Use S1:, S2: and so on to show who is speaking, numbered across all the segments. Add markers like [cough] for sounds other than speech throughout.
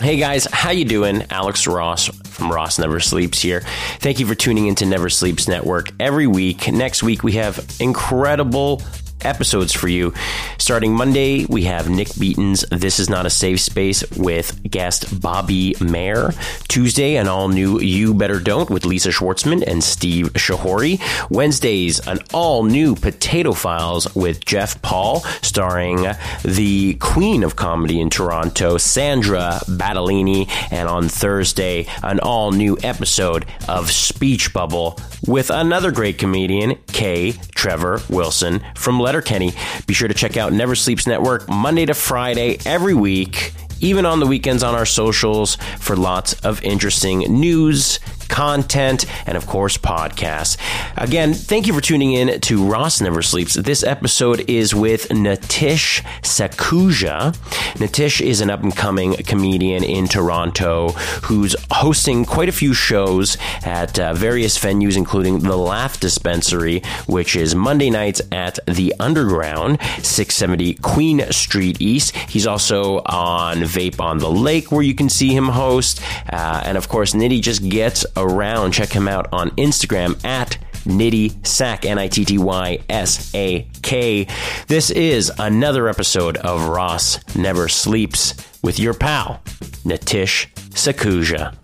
S1: Hey guys, how you doing? Alex Ross from Ross Never Sleeps here. Thank you for tuning into Never Sleeps Network every week. Next week we have incredible episodes for you. Starting Monday, we have Nick Beaton's This Is Not a Safe Space with guest Bobby Mayer. Tuesday, an all new You Better Don't with Lisa Schwartzman and Steve Shahori. Wednesdays, an all new Potato Files with Jeff Paul, starring the queen of comedy in Toronto, Sandra Battellini. And on Thursday, an all new episode of Speech Bubble with another great comedian, Kay Trevor Wilson from Letterkenny. Be sure to check out Never Sleeps Network Monday to Friday every week, even on the weekends on our socials for lots of interesting news, content, and of course, podcasts. Again, thank you for tuning in to Ross Never Sleeps. This episode is with Natish Sakuja. Natish is an up and coming comedian in Toronto who's hosting quite a few shows at uh, various venues, including the Laugh Dispensary, which is Monday nights at the Underground, 670 Queen Street East. He's also on Vape on the Lake, where you can see him host. Uh, and of course, Nitty just gets around. Check him out on Instagram at Nitty Sack, N I T T Y S A K. This is another episode of Ross Never Sleeps with your pal, Natish Sakuja.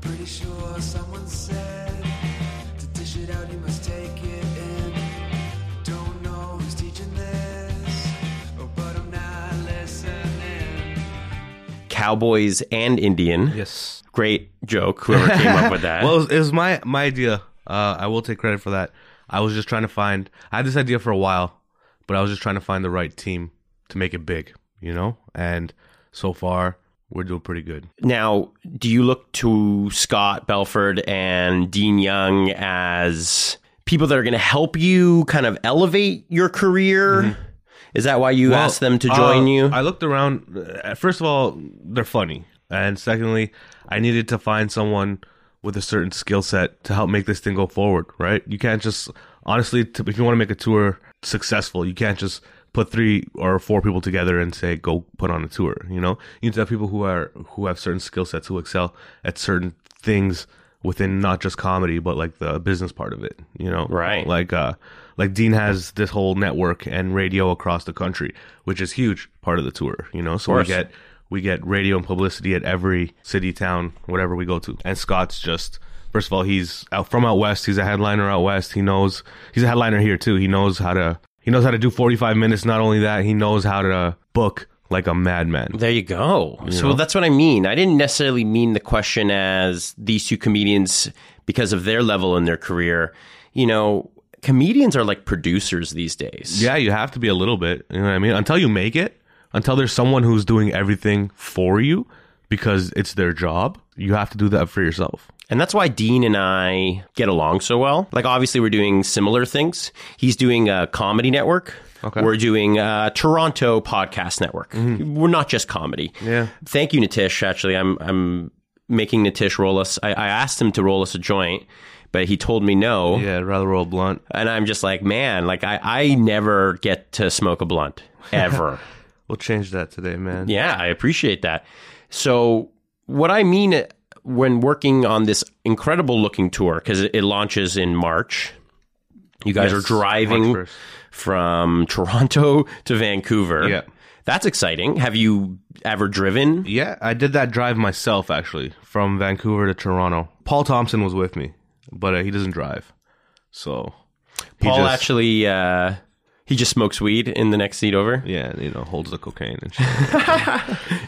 S2: Pretty sure someone said to dish it out, you must take it in. Don't know who's teaching this, oh, but I'm not listening.
S1: Cowboys and Indian.
S3: Yes.
S1: Great joke, whoever came up with that.
S3: [laughs] Well, it was, it was my my idea. Uh, I will take credit for that. I was just trying to find. I had this idea for a while, but I was just trying to find the right team to make it big. You know, and so far we're doing pretty good.
S1: now, do you look to Scott Belford and Dean Young as people that are going to help you kind of elevate your career? Is that why you
S3: Well,
S1: asked them to
S3: uh,
S1: join you?
S3: I looked around. uh, First of all, they're funny, and secondly, I needed to find someone with a certain skill set to help make this thing go forward. Right? You can't just honestly, to, if you want to make a tour successful, you can't just put three or four people together and say go put on a tour. You know, you need to have people who are who have certain skill sets who excel at certain things within not just comedy but like the business part of it. You know,
S1: Right.
S3: like uh like Dean has this whole network and radio across the country, which is huge part of the tour, you know. So we
S1: course.
S3: get we get radio and publicity at every city, town, whatever we go to. And Scott's just first of all, he's out from out west, he's a headliner out west. He knows he's a headliner here too. He knows how to he knows how to do 45 minutes. Not only that, he knows how to book like a madman.
S1: There you go. so that's what I mean. I didn't necessarily mean the question as these two comedians, because of their level in their career, you know, comedians are like producers these days.
S3: Yeah, you have to be a little bit. You know what I mean? Until you make it, until there's someone who's doing everything for you because it's their job, you have to do that for yourself.
S1: And that's why Dean and I get along so well. Like, obviously, we're doing similar things. He's doing a comedy network.
S3: Okay. Mm-hmm.
S1: We're doing a Toronto podcast network. We're not just comedy.
S3: Yeah.
S1: Thank you, Natish. Actually, I'm I'm making Natish roll us. I, I asked him to roll us a joint, but he told me no.
S3: Yeah, I'd rather roll a blunt.
S1: and I'm just like, man, like I, I never get to smoke a blunt
S3: [laughs]
S1: ever.
S3: We'll change that today, man.
S1: yeah, I appreciate that. So what I mean uh, when working on this incredible looking tour because it, it launches in March. You guys
S3: Yes,
S1: are driving
S3: March 1st.
S1: from [laughs] Toronto to Vancouver.
S3: Yeah.
S1: That's exciting. Have you ever driven?
S3: Yeah, I did that drive myself actually from Vancouver to Toronto. Paul Thompson was with me, but uh, he doesn't drive. So he
S1: Paul
S3: just-
S1: actually uh, he just smokes weed in the next seat over.
S3: yeah, you know, holds the cocaine and shit.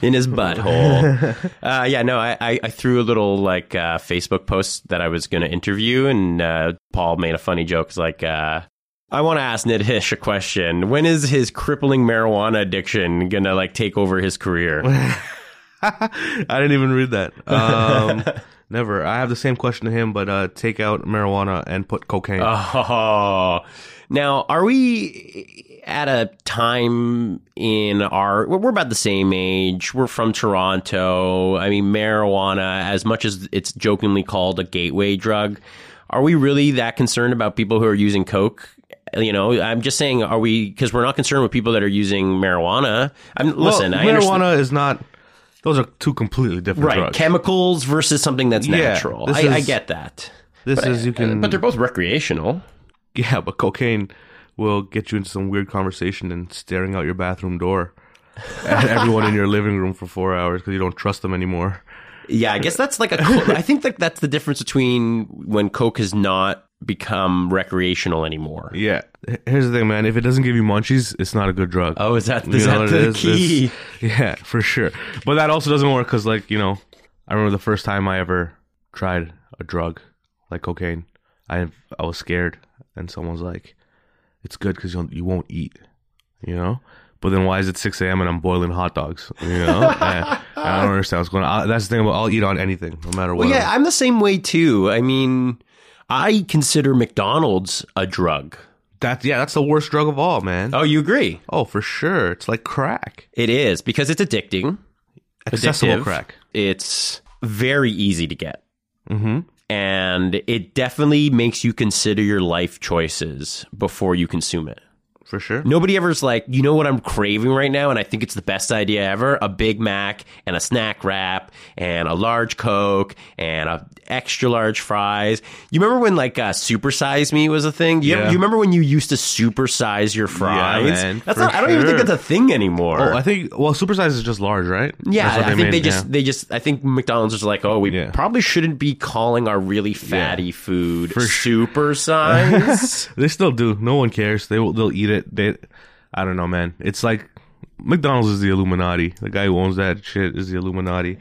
S1: in his butthole. uh, yeah, no, I, I, I threw a little like uh, Facebook post that I was going to interview, and uh, Paul made a funny joke. It's like, uh, I want to ask Nidhish a question. When is his crippling marijuana addiction going
S3: [laughs]
S1: to like take over his career? [laughs]
S3: I didn't even read that. Um, Never. I have the same question to him, but uh, take out marijuana and put cocaine.
S1: Uh, Oh, now are we at a time in our? We're about the same age. We're from Toronto. I mean, marijuana, as much as it's jokingly called a gateway drug, are we really that concerned about people who are using coke? You know, I'm just saying, are we? Because we're not concerned with people that are using marijuana. I'm
S3: Well,
S1: listen. I understand,
S3: marijuana is not. Those are two completely different
S1: right?
S3: drugs.
S1: Chemicals versus something that's
S3: Yeah,
S1: natural.
S3: this
S1: I, I
S3: is-
S1: get that,
S3: this is you can.
S1: but they're both recreational.
S3: yeah, but cocaine will get you into some weird conversation and staring out your bathroom door
S1: [laughs]
S3: at everyone in your living room for four hours because you don't trust them anymore.
S1: Yeah, I guess that's like a. co- I think that that's the difference between when Coke has not become recreational anymore.
S3: Yeah. H- Here's the thing, man. If it doesn't give you munchies, it's not a good drug.
S1: Oh, is that,
S3: You
S1: is
S3: know
S1: that
S3: what
S1: the
S3: it is? It's-
S1: key?
S3: yeah, for sure. But that also doesn't work because, like, you know, I remember the first time I ever tried a drug like cocaine. I I was scared, and someone's like, "It's good because you you won't eat," you know. But then why is it six a.m. and I'm boiling hot dogs? You know,
S1: [laughs]
S3: I, I don't understand what's going on. I, that's the thing about I'll eat on anything, no matter what.
S1: Well, yeah, I'm the same way too. I mean, I consider McDonald's a drug.
S3: that's yeah, that's the worst drug of all, man.
S1: Oh, you agree?
S3: Oh, for sure, it's like crack,
S1: It is because it's addicting.
S3: accessible
S1: addictive.
S3: crack.
S1: It's very easy to get.
S3: Mm-hmm.
S1: And it definitely makes you consider your life choices before you consume it.
S3: For sure.
S1: Nobody ever's like, you know what I'm craving right now, and I think it's the best idea ever: a Big Mac and a snack wrap and a large Coke and a extra large fries. You remember when like uh, supersize me was a thing? You,
S3: Yeah.
S1: you remember when you used to supersize your fries?
S3: man,
S1: that's
S3: for
S1: not, I don't even think
S3: sure.
S1: that's a thing anymore.
S3: Oh, I think well, supersize is just large, right?
S1: yeah,
S3: That's what
S1: I think
S3: mean,
S1: they just
S3: yeah.
S1: they just I think McDonald's is like, oh, we
S3: Yeah.
S1: probably shouldn't be calling our really fatty food supersize.
S3: [laughs] they still do. No one cares. They will. They'll eat it. They, I don't know, man. It's like McDonald's is the Illuminati. The guy who owns that shit is the Illuminati.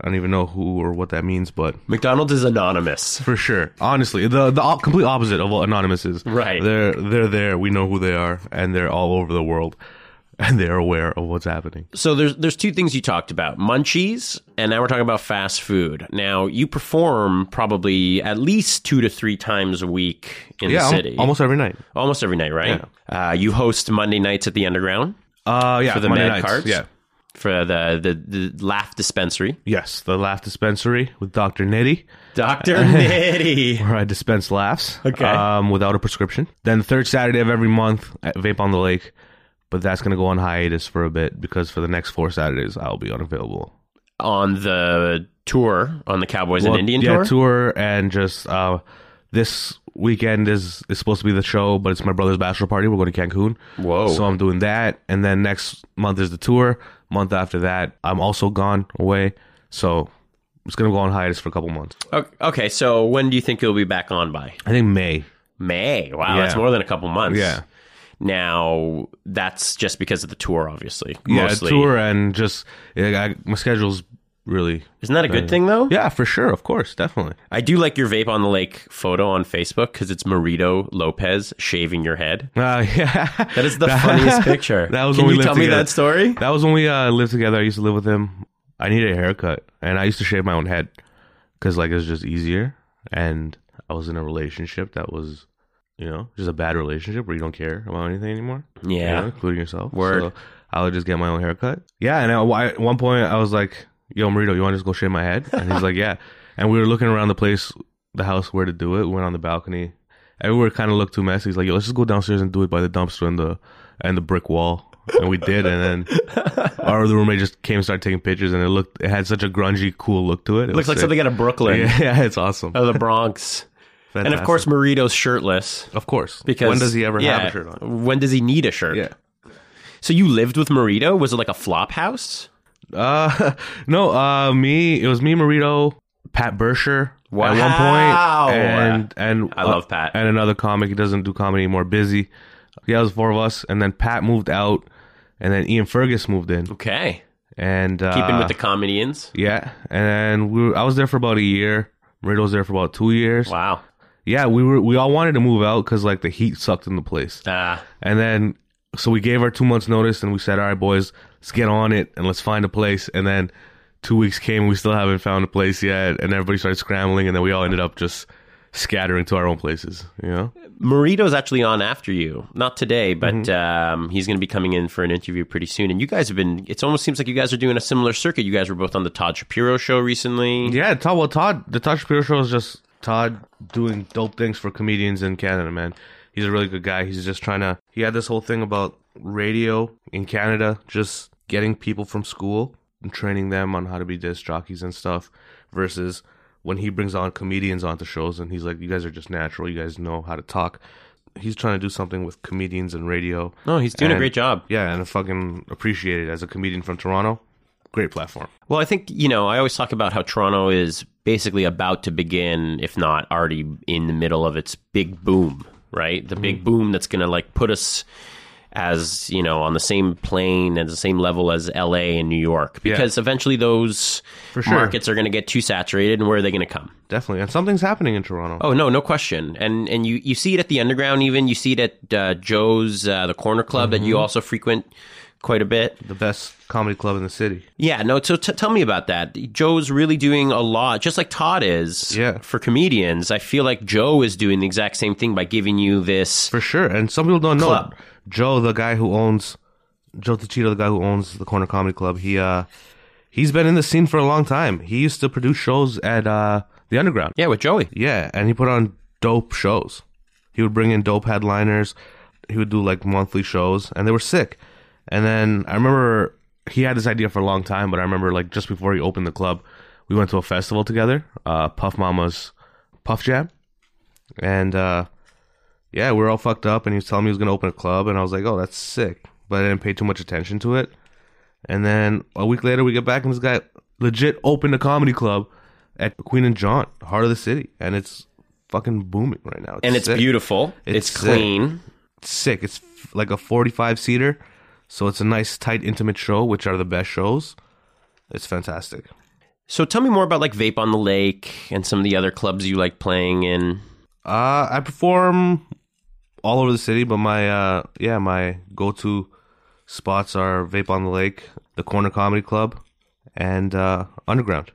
S3: I don't even know who or what that means, but
S1: McDonald's is anonymous.
S3: for sure, honestly, the the op- complete opposite of what anonymous is.
S1: Right.
S3: They're they're there. We know who they are, and they're all over the world, [laughs] and they're aware of what's happening.
S1: So there's there's two things you talked about: munchies, and now we're talking about fast food. Now you perform probably at least two to three times a week in
S3: yeah,
S1: the
S3: al-
S1: city,
S3: almost every night.
S1: Almost every night, right? Uh, you host Monday nights at the Underground
S3: Uh, yeah,
S1: for the
S3: Monday
S1: Mad
S3: nights.
S1: Carts,
S3: Yeah,
S1: for the the, the Laugh Dispensary,
S3: yes, the Laugh Dispensary with Doctor Nitty.
S1: Doctor [laughs] Nitty.
S3: where I dispense laughs.
S1: Okay.
S3: Um, without a prescription. Then the third Saturday of every month at Vape on the Lake, but that's gonna go on hiatus for a bit because for the next four Saturdays I'll be unavailable.
S1: on the tour on the Cowboys
S3: Well,
S1: and Indian
S3: yeah,
S1: tour.
S3: tour and just uh, this weekend is is supposed to be the show, but it's my brother's bachelor party. We're going to Cancun.
S1: Whoa.
S3: So I'm doing that, and then next month is the tour. Month after that, I'm also gone away. So. It's gonna go on hiatus for a couple months.
S1: O- Okay, so when do you think you'll be back on by?
S3: I think May.
S1: May. Wow,
S3: Yeah.
S1: that's more than a couple months.
S3: Yeah.
S1: Now that's just because of the tour, obviously.
S3: Yeah,
S1: mostly.
S3: tour and just yeah, I, my schedule's really
S1: Isn't that a good thing though?
S3: yeah for sure of course definitely
S1: I do like your vape on the lake photo on Facebook because it's Marito Lopez shaving your head.
S3: uh, [laughs] yeah
S1: That is
S3: [laughs]
S1: the funniest picture.
S3: that was
S1: Can
S3: when
S1: you
S3: we lived
S1: tell me
S3: together.
S1: that story?
S3: [laughs] that was when we uh, lived together I used to live with him I needed a haircut and I used to shave my own head because like it was just easier and I was in a relationship that was you know just a bad relationship where you don't care about anything anymore you
S1: Yeah.
S3: know, including yourself
S1: Word.
S3: so I would just get my own haircut yeah and I, I- at one point I was like yo Marito you want to just go shave my head and he's like yeah and we were looking around the place the house where to do it we went on the balcony everywhere kind of looked too messy. He's like, "Yo, let's just go downstairs and do it by the dumpster and the and the brick wall." And we did, and [laughs] then our other roommate just came and started taking pictures, and it looked it had such a grungy, cool look to it. It
S1: Looks
S3: was
S1: like
S3: sick.
S1: something out of Brooklyn,
S3: Yeah, [laughs] yeah, it's awesome.
S1: [laughs] out of the Bronx, and of
S3: Fantastic.
S1: course Marito's shirtless
S3: of course,
S1: because
S3: when does he ever
S1: yeah,
S3: have a shirt on?
S1: When does he need a shirt?
S3: Yeah.
S1: So you lived with Marito? Was it like a flop house?
S3: Uh, [laughs] no, uh, me. It was me, Marito, Pat Bersher at
S1: Wow.
S3: one point, and and
S1: I love Pat.
S3: and another comic. He doesn't do comedy anymore. Busy. Yeah, it was four of us, and then Pat moved out, and then Ian Fergus moved in,
S1: Okay,
S3: and uh,
S1: keeping with the comedians.
S3: Yeah, and we were, I was there for about a year. Marito was there for about two years.
S1: Wow.
S3: Yeah, we were we all wanted to move out because like the heat sucked in the place,
S1: Ah.
S3: and then so we gave our two months notice and we said, all right, boys, let's get on it and let's find a place. And then two weeks came and we still haven't found a place yet, and everybody started scrambling, and then we all ended up just scattering to our own places. You know,
S1: Marito's actually on after you, not today, but
S3: Mm-hmm.
S1: um, he's going to be coming in for an interview pretty soon. And you guys have been—it almost seems like you guys are doing a similar circuit. You guys were both on the Todd Shapiro show recently.
S3: yeah. Todd, well, Todd, the Todd Shapiro show is just Todd doing dope things for comedians in Canada. Man, he's a really good guy. He's just trying to. He had this whole thing about radio in Canada, just getting people from school and training them on how to be disc jockeys and stuff, versus when he brings on comedians onto shows and he's like, "You guys are just natural. You guys know how to talk." He's trying to do something with comedians and radio.
S1: No, he's doing a
S3: And-
S1: great job.
S3: Yeah, and I fucking appreciate it as a comedian from Toronto. Great platform.
S1: Well, I think, you know, I always talk about how Toronto is basically about to begin, if not already in the middle of its big boom, right? The
S3: Mm-hmm.
S1: big boom that's going to like put us as, you know, on the same plane and the same level as LA and New York because eventually those
S3: sure.
S1: markets are going to get too saturated and where are they going to come?
S3: Definitely. And something's happening in Toronto.
S1: Oh no, no question. And and you you see it at the underground even, you see it at uh, Joe's uh, the corner club that you also frequent quite a bit.
S3: The best comedy club in the city.
S1: Yeah, no. So t- tell me about that. Joe's really doing a lot, just like Todd is.
S3: Yeah.
S1: For comedians, I feel like Joe is doing the exact same thing by giving you this.
S3: For sure. And some people don't know
S1: Club.
S3: Joe, the guy who owns Joe Tachito, the guy who owns the Corner Comedy Club, he uh he's been in the scene for a long time. He used to produce shows at uh the underground.
S1: Yeah, with Joey.
S3: Yeah, and he put on dope shows. He would bring in dope headliners. He would do like monthly shows, and they were sick. And then I remember he had this idea for a long time, but I remember like just before he opened the club, we went to a festival together, uh, Puff Mama's Puff Jam, and uh, yeah, we were all fucked up. And he was telling me he was gonna open a club, and I was like, oh, that's sick. But I didn't pay too much attention to it. And then a week later, we get back, and this guy legit opened a comedy club at Queen and John, heart of the city, and it's fucking booming right now.
S1: And it's
S3: sick.
S1: beautiful. It's,
S3: It's
S1: clean.
S3: It's sick. It's f- like a forty-five seater, so it's a nice, tight, intimate show, which are the best shows. It's fantastic.
S1: So tell me more about like Vape on the Lake and some of the other clubs you like playing in.
S3: Uh, I perform all over the city, but my uh, yeah, my go-to spots are Vape on the Lake, the Corner Comedy Club, and uh, Underground.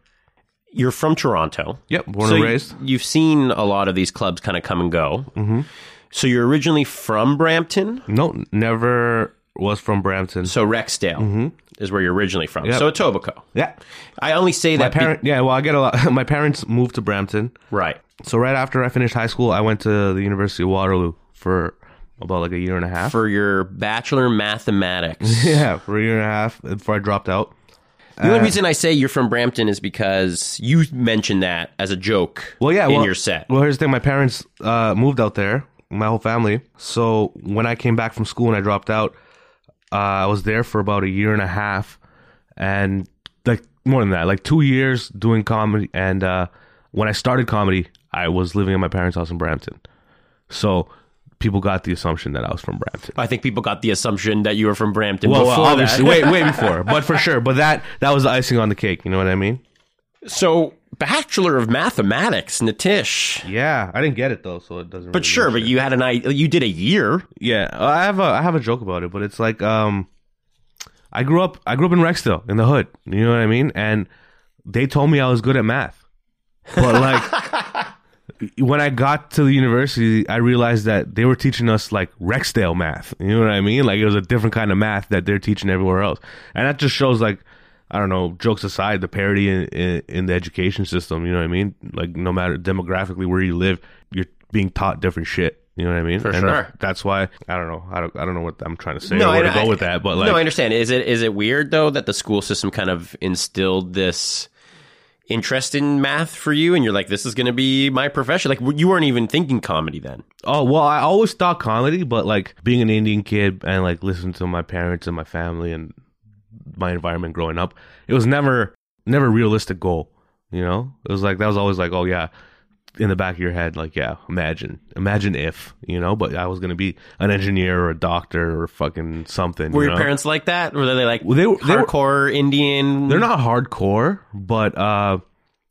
S1: You're from Toronto.
S3: Yep, born
S1: so
S3: and
S1: you-
S3: raised.
S1: You've seen a lot of these clubs kind of come and go. Mm-hmm. So you're originally from Brampton.
S3: No, never was from Brampton.
S1: So Rexdale is where you're originally from.
S3: Mm-hmm. Yep.
S1: So Etobicoke.
S3: Yeah,
S1: I only say
S3: my
S1: that be-
S3: parent. Yeah, well, I get a lot. [laughs] My parents moved to Brampton,
S1: right.
S3: so right after I finished high school, I went to the University of Waterloo for about like a year and a half.
S1: for your bachelor in mathematics.
S3: [laughs] yeah, for a year and a half before I dropped out.
S1: the only reason I say you're from Brampton is because you mentioned that as a joke.
S3: Well, yeah,
S1: in
S3: well,
S1: your set.
S3: Well, here's the thing: my parents uh, moved out there, my whole family. So when I came back from school and I dropped out, uh, I was there for about a year and a half, and like more than that, like two years doing comedy. And uh, when I started comedy, I was living at my parents' house in Brampton, so people got the assumption that I was from Brampton.
S1: I think people got the assumption that you were from Brampton
S3: Well,
S1: before
S3: well, obviously,
S1: that.
S3: way way before, but for sure. But that that was the icing on the cake. You know what I mean?
S1: [laughs] So, bachelor of mathematics, Natish.
S3: Yeah, I didn't get it though, so it doesn't.
S1: But sure, but you had an I you did a year.
S3: Yeah, I have a I have a joke about it, but it's like um, I grew up I grew up in Rexdale in the hood. You know what I mean? And they told me I was good at math, but like [laughs] when I got to the university, I realized that they were teaching us like Rexdale math. You know what I mean? Like it was a different kind of math that they're teaching everywhere else, and that just shows like. I don't know. Jokes aside, the parity in, in, in the education system. You know what I mean? Like, no matter demographically where you live, you're being taught different shit. You know what I mean? For
S1: sure.
S3: that's why I don't know. I don't, I don't know what I'm trying to say
S1: No,
S3: or where
S1: I-
S3: to go
S1: I-
S3: with that. But like,
S1: no, I understand. Is it is it weird though that the school system kind of instilled this interest in math for you, and you're like, this is going to be my profession? Like you weren't even thinking comedy then.
S3: oh well, I always thought comedy, but like being an Indian kid and like listening to my parents and my family and my environment growing up, it was never never a realistic goal. You know, it was like that was always like, oh yeah, in the back of your head, like yeah, imagine, imagine if you know. But I was gonna be an engineer or a doctor or fucking something.
S1: Were
S3: you
S1: your
S3: know?
S1: parents like that? Were they like
S3: Well, they were- they were-
S1: hardcore Indian?
S3: They're not hardcore, but uh,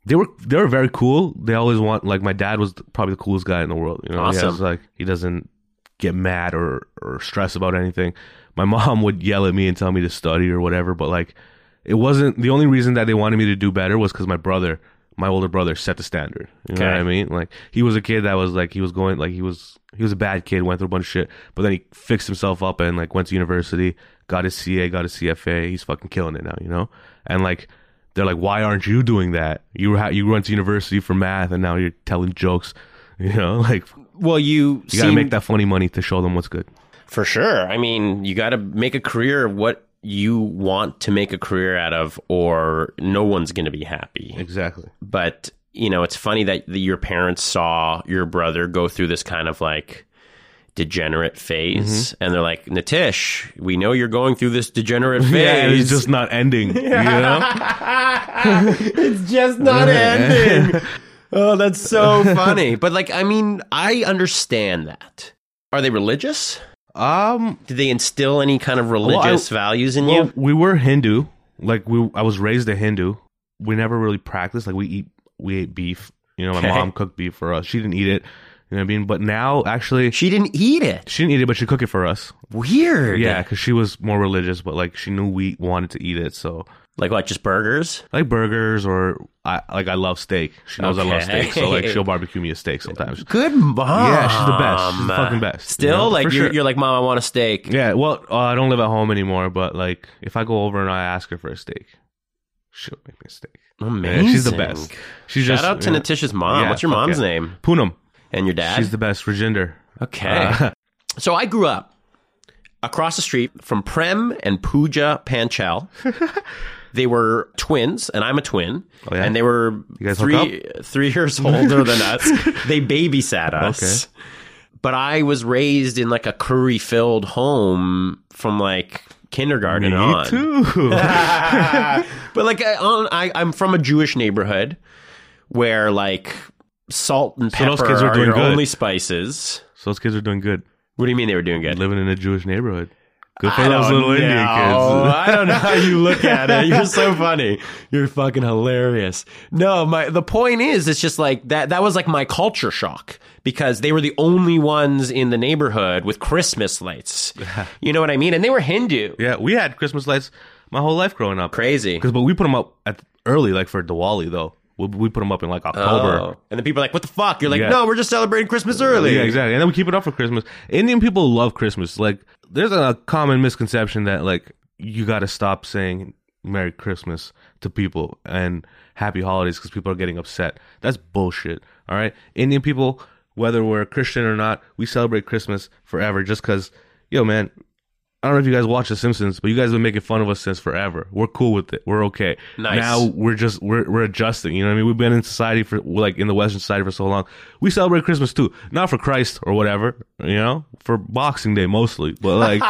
S3: they were they were very cool. They always want like my dad was probably the coolest guy in the world. You know, He has,
S1: Awesome.
S3: like he doesn't get mad or or stress about anything. My mom would yell at me and tell me to study or whatever, but like it wasn't the only reason that they wanted me to do better was because my brother, my older brother, set the standard. You know what
S1: Okay.
S3: I mean? Like he was a kid that was like he was going like he was he was a bad kid, went through a bunch of shit, but then he fixed himself up and like went to university, got his CA, got his CFA. He's fucking killing it now, you know. And like they're like, why aren't you doing that? You were ha- you went to university for math, and now you're telling jokes. [laughs] You know, like
S1: Well, you,
S3: you gotta
S1: seem-
S3: make that funny money to show them what's good.
S1: For sure. I mean, you got to make a career of what you want to make a career out of, or no one's going to be happy.
S3: Exactly.
S1: But, you know, it's funny that the, your parents saw your brother go through this kind of like degenerate phase.
S3: Mm-hmm.
S1: And they're like, Natish, we know you're going through this degenerate phase.
S3: [laughs] Yeah, it's just not ending. [laughs] You know.
S1: it's just not ending. Oh, that's so funny. But, like, I mean, I understand that. Are they religious?
S3: [laughs] Um,
S1: Did they instill any kind of
S3: I-
S1: religious values in
S3: well,
S1: you?
S3: we were Hindu. Like we, I was raised a Hindu. We never really practiced. Like we eat, we ate beef. You know, my
S1: Okay.
S3: mom cooked beef for us. She didn't eat it. You know what I mean? But now, actually,
S1: She didn't eat it.
S3: she didn't eat it, but she cooked it for us.
S1: Weird.
S3: Yeah, because she was more religious, but like she knew we wanted to eat it. So
S1: Like what? Just burgers?
S3: like burgers or I like I love steak. She knows I love
S1: Okay.
S3: steak, so like she'll barbecue me a steak sometimes.
S1: Good mom.
S3: Yeah, she's the best. She's the fucking best,
S1: Um, Still,
S3: you know?
S1: like
S3: For
S1: you're,
S3: sure.
S1: you're like, mom, I want a steak.
S3: Yeah, well, uh, I don't live at home anymore, but like if I go over and I ask her for a steak, she'll make me a steak.
S1: Amazing.
S3: Yeah, she's the best. She's
S1: Shout
S3: just,
S1: out to
S3: yeah.
S1: Natisha's mom.
S3: Yeah,
S1: What's your
S3: fuck
S1: mom's
S3: yeah.
S1: name?
S3: Poonam.
S1: And your dad?
S3: She's the best. Rajinder.
S1: okay.
S3: [laughs] Uh,
S1: so I grew up across the street from Prem and Pooja
S3: [laughs]
S1: Panchal. they were twins, and I'm a twin.
S3: Oh, yeah?
S1: And they were
S3: guys hook
S1: three three years
S3: [laughs]
S1: older than us. They babysat us. But I was raised in like a curry filled home from like kindergarten on. [laughs]
S3: too.
S1: But like I, on, I, I'm from a Jewish neighborhood where like salt and
S3: So
S1: pepper
S3: those kids were
S1: are
S3: doing
S1: your
S3: good.
S1: only spices.
S3: so those kids are doing good.
S1: What do you mean they were doing good?
S3: Living in a Jewish neighborhood. Good for
S1: I
S3: those
S1: don't
S3: little Indian
S1: know.
S3: kids. [laughs]
S1: I don't know how you look at it. You're so funny. You're fucking hilarious. No, my the point is, it's just like that. That was like my culture shock because they were the only ones in the neighborhood with Christmas
S3: [laughs]
S1: lights. You know what I mean? And they were Hindu.
S3: yeah, we had Christmas lights my whole life growing up.
S1: Crazy.
S3: Because but we put them up at early, like for Diwali though. We, we put them up in like October.
S1: Oh. And the people are like, "What the fuck?" You're like,
S3: Yeah.
S1: "No, we're just celebrating Christmas early."
S3: Yeah, exactly. And then we keep it up for Christmas. Indian people love Christmas. Like, there's a common misconception that like you got to stop saying Merry Christmas to people and Happy Holidays because people are getting upset. That's bullshit. All right, Indian people, whether we're Christian or not, we celebrate Christmas forever just because. Yo, man, I don't know if you guys watch The Simpsons, but you guys have been making fun of us since forever. We're cool with it. We're okay.
S1: Nice.
S3: Now we're just we're we're adjusting. You know what I mean? We've been in society for like in the Western society for so long. We celebrate Christmas too, not for Christ or whatever. You know, for Boxing Day mostly. But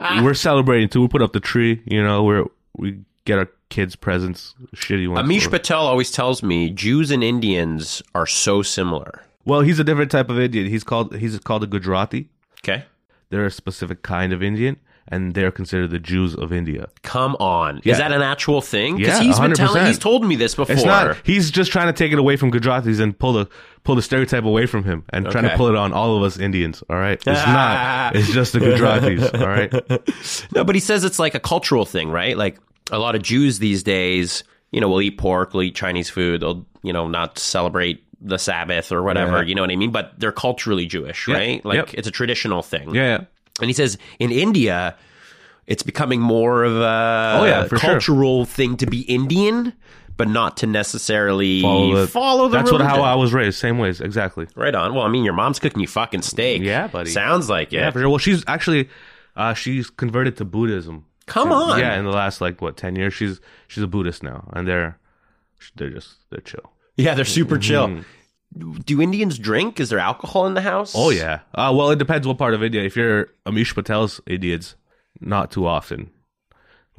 S3: like we're celebrating too. We put up the tree. You know, we're we get our kids presents, shitty ones.
S1: Amish Patel always tells me Jews and Indians are so similar.
S3: well, he's a different type of Indian. He's called he's called a Gujarati.
S1: Okay.
S3: They're a specific kind of Indian, and they're considered the Jews of India.
S1: Come on.
S3: Yeah.
S1: Is that an actual thing? Because
S3: Yeah,
S1: he's been
S3: 100%.
S1: telling he's told me this before.
S3: It's not. He's just trying to take it away from Gujaratis and pull the pull the stereotype away from him and trying to
S1: Okay.
S3: pull it on all of us Indians.
S1: [laughs]
S3: All right, it's not. It's just the Gujaratis. All right,
S1: no, but he says it's like a cultural thing, right? Like a lot of Jews these days, you know, will eat pork, will eat Chinese food, they'll, you know, not celebrate the Sabbath or whatever,
S3: Yeah.
S1: you know what I mean? But they're culturally Jewish,
S3: Yeah.
S1: right? Like
S3: Yep.
S1: it's a traditional thing.
S3: yeah, yeah.
S1: And he says in India, it's becoming more of a
S3: Oh, yeah, for sure.
S1: cultural thing to be Indian, but not to necessarily follow the,
S3: That's what how
S1: religion.
S3: I was raised. Same ways, exactly.
S1: Right on. Well, I mean, your mom's cooking you fucking steak.
S3: Yeah, buddy.
S1: Sounds like it.
S3: Yeah, for sure. Well, she's actually uh, she's converted to Buddhism.
S1: Come on.
S3: Yeah, in the last like what ten years, she's she's a Buddhist now, and they're they're just they're chill.
S1: Yeah, they're super chill. Do Indians drink? Is there alcohol in the house?
S3: Mm-hmm. Oh yeah. Uh, well, it depends what part of India. If you're Amish Patel's Indians, not too often,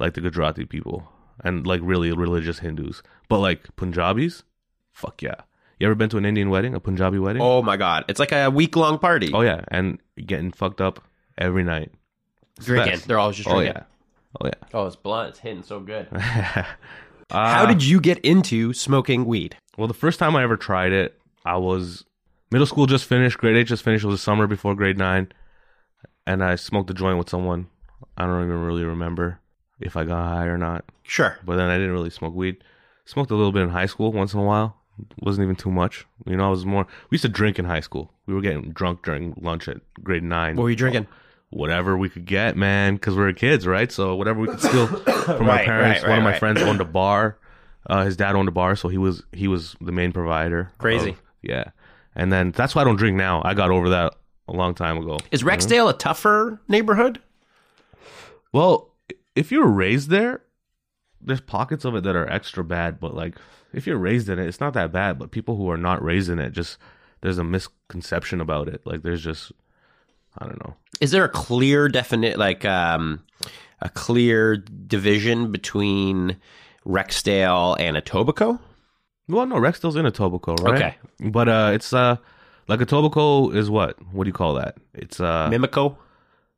S3: like the Gujarati people and like really religious Hindus. But like Punjabis, fuck yeah. You ever been to an Indian wedding, a Punjabi wedding?
S1: Oh my god, it's like a week long party.
S3: Oh, yeah, and getting fucked up every night.
S1: drinking.
S3: best.
S1: They're all just
S3: Oh
S1: drinking.
S3: yeah, oh yeah.
S1: Oh, it's blunt. It's hitting so
S3: [laughs]
S1: good. How did you get into smoking weed?
S3: Uh, Well, the first time I ever tried it, I was middle school just finished, grade eight just finished. It was the summer before grade nine, and I smoked a joint with someone. I don't even really remember. if I got high or not.
S1: Sure.
S3: But then I didn't really smoke weed. Smoked a little bit in high school once in a while. Wasn't even too much. You know, I was more. We used to drink in high school. We were getting drunk during lunch at grade nine.
S1: What were you drinking?
S3: whatever we could get, man, because we were kids, right? So whatever we
S1: [coughs]
S3: could steal from our
S1: Right,
S3: parents.
S1: right,
S3: One of
S1: right,
S3: my
S1: right.
S3: friends owned a bar. Uh, his dad owned a bar, so he was he was the main provider.
S1: Crazy.
S3: of- yeah, and then that's why I don't drink now. I got over that a long time ago.
S1: Is Rexdale a tougher neighborhood?
S3: Well, if you're raised there, there's pockets of it that are extra bad, but like if you're raised in it, it's not that bad. But people who are not raised in it, just there's a misconception about it. Like there's just I don't know.
S1: Is there a clear definite like um a clear division between Rexdale and Etobicoke?
S3: Well, no, Rexdale's in Etobicoke, right? Okay. But uh, it's uh, like Etobicoke is what? What do you call that? It's uh,
S1: Mimico?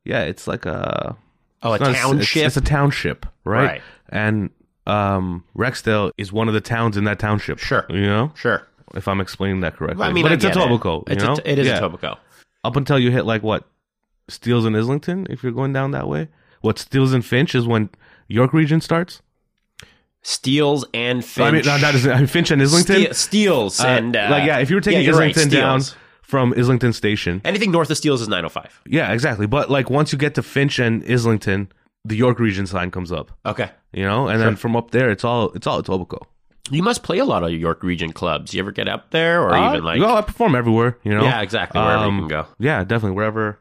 S3: yeah, it's like a
S1: Oh, a
S3: it's not s- it's-
S1: township.
S3: It's, a township, right?
S1: Right.
S3: And um, Rexdale is one of the towns in that township.
S1: Sure.
S3: You know,
S1: sure.
S3: if I'm explaining that correctly.
S1: I mean,
S3: but
S1: I
S3: it's a
S1: get it.
S3: Etobicoke. you
S1: It's a-
S3: know?
S1: it is
S3: yeah.
S1: Etobicoke.
S3: Up until you hit like what Steeles and Islington, if you're going down that way. What Steeles and Finch is when York region starts.
S1: Steels and Finch.
S3: I mean, no, that is I mean, Finch and Islington.
S1: Ste- Steels
S3: Uh,
S1: and uh,
S3: like yeah, if you were taking
S1: you're right,
S3: Islington down
S1: Steels.
S3: from Islington Station,
S1: anything north of Steels is 905.
S3: yeah, exactly. But like once you get to Finch and Islington, the York region sign comes up,
S1: Okay.
S3: you know, and then from up there, it's all it's all Etobicoke.
S1: You must play a lot of York region clubs. You ever get up there or
S3: Uh,
S1: even like
S3: well, I perform everywhere, you know. Um,
S1: Yeah, exactly, wherever you can go.
S3: Yeah, definitely wherever,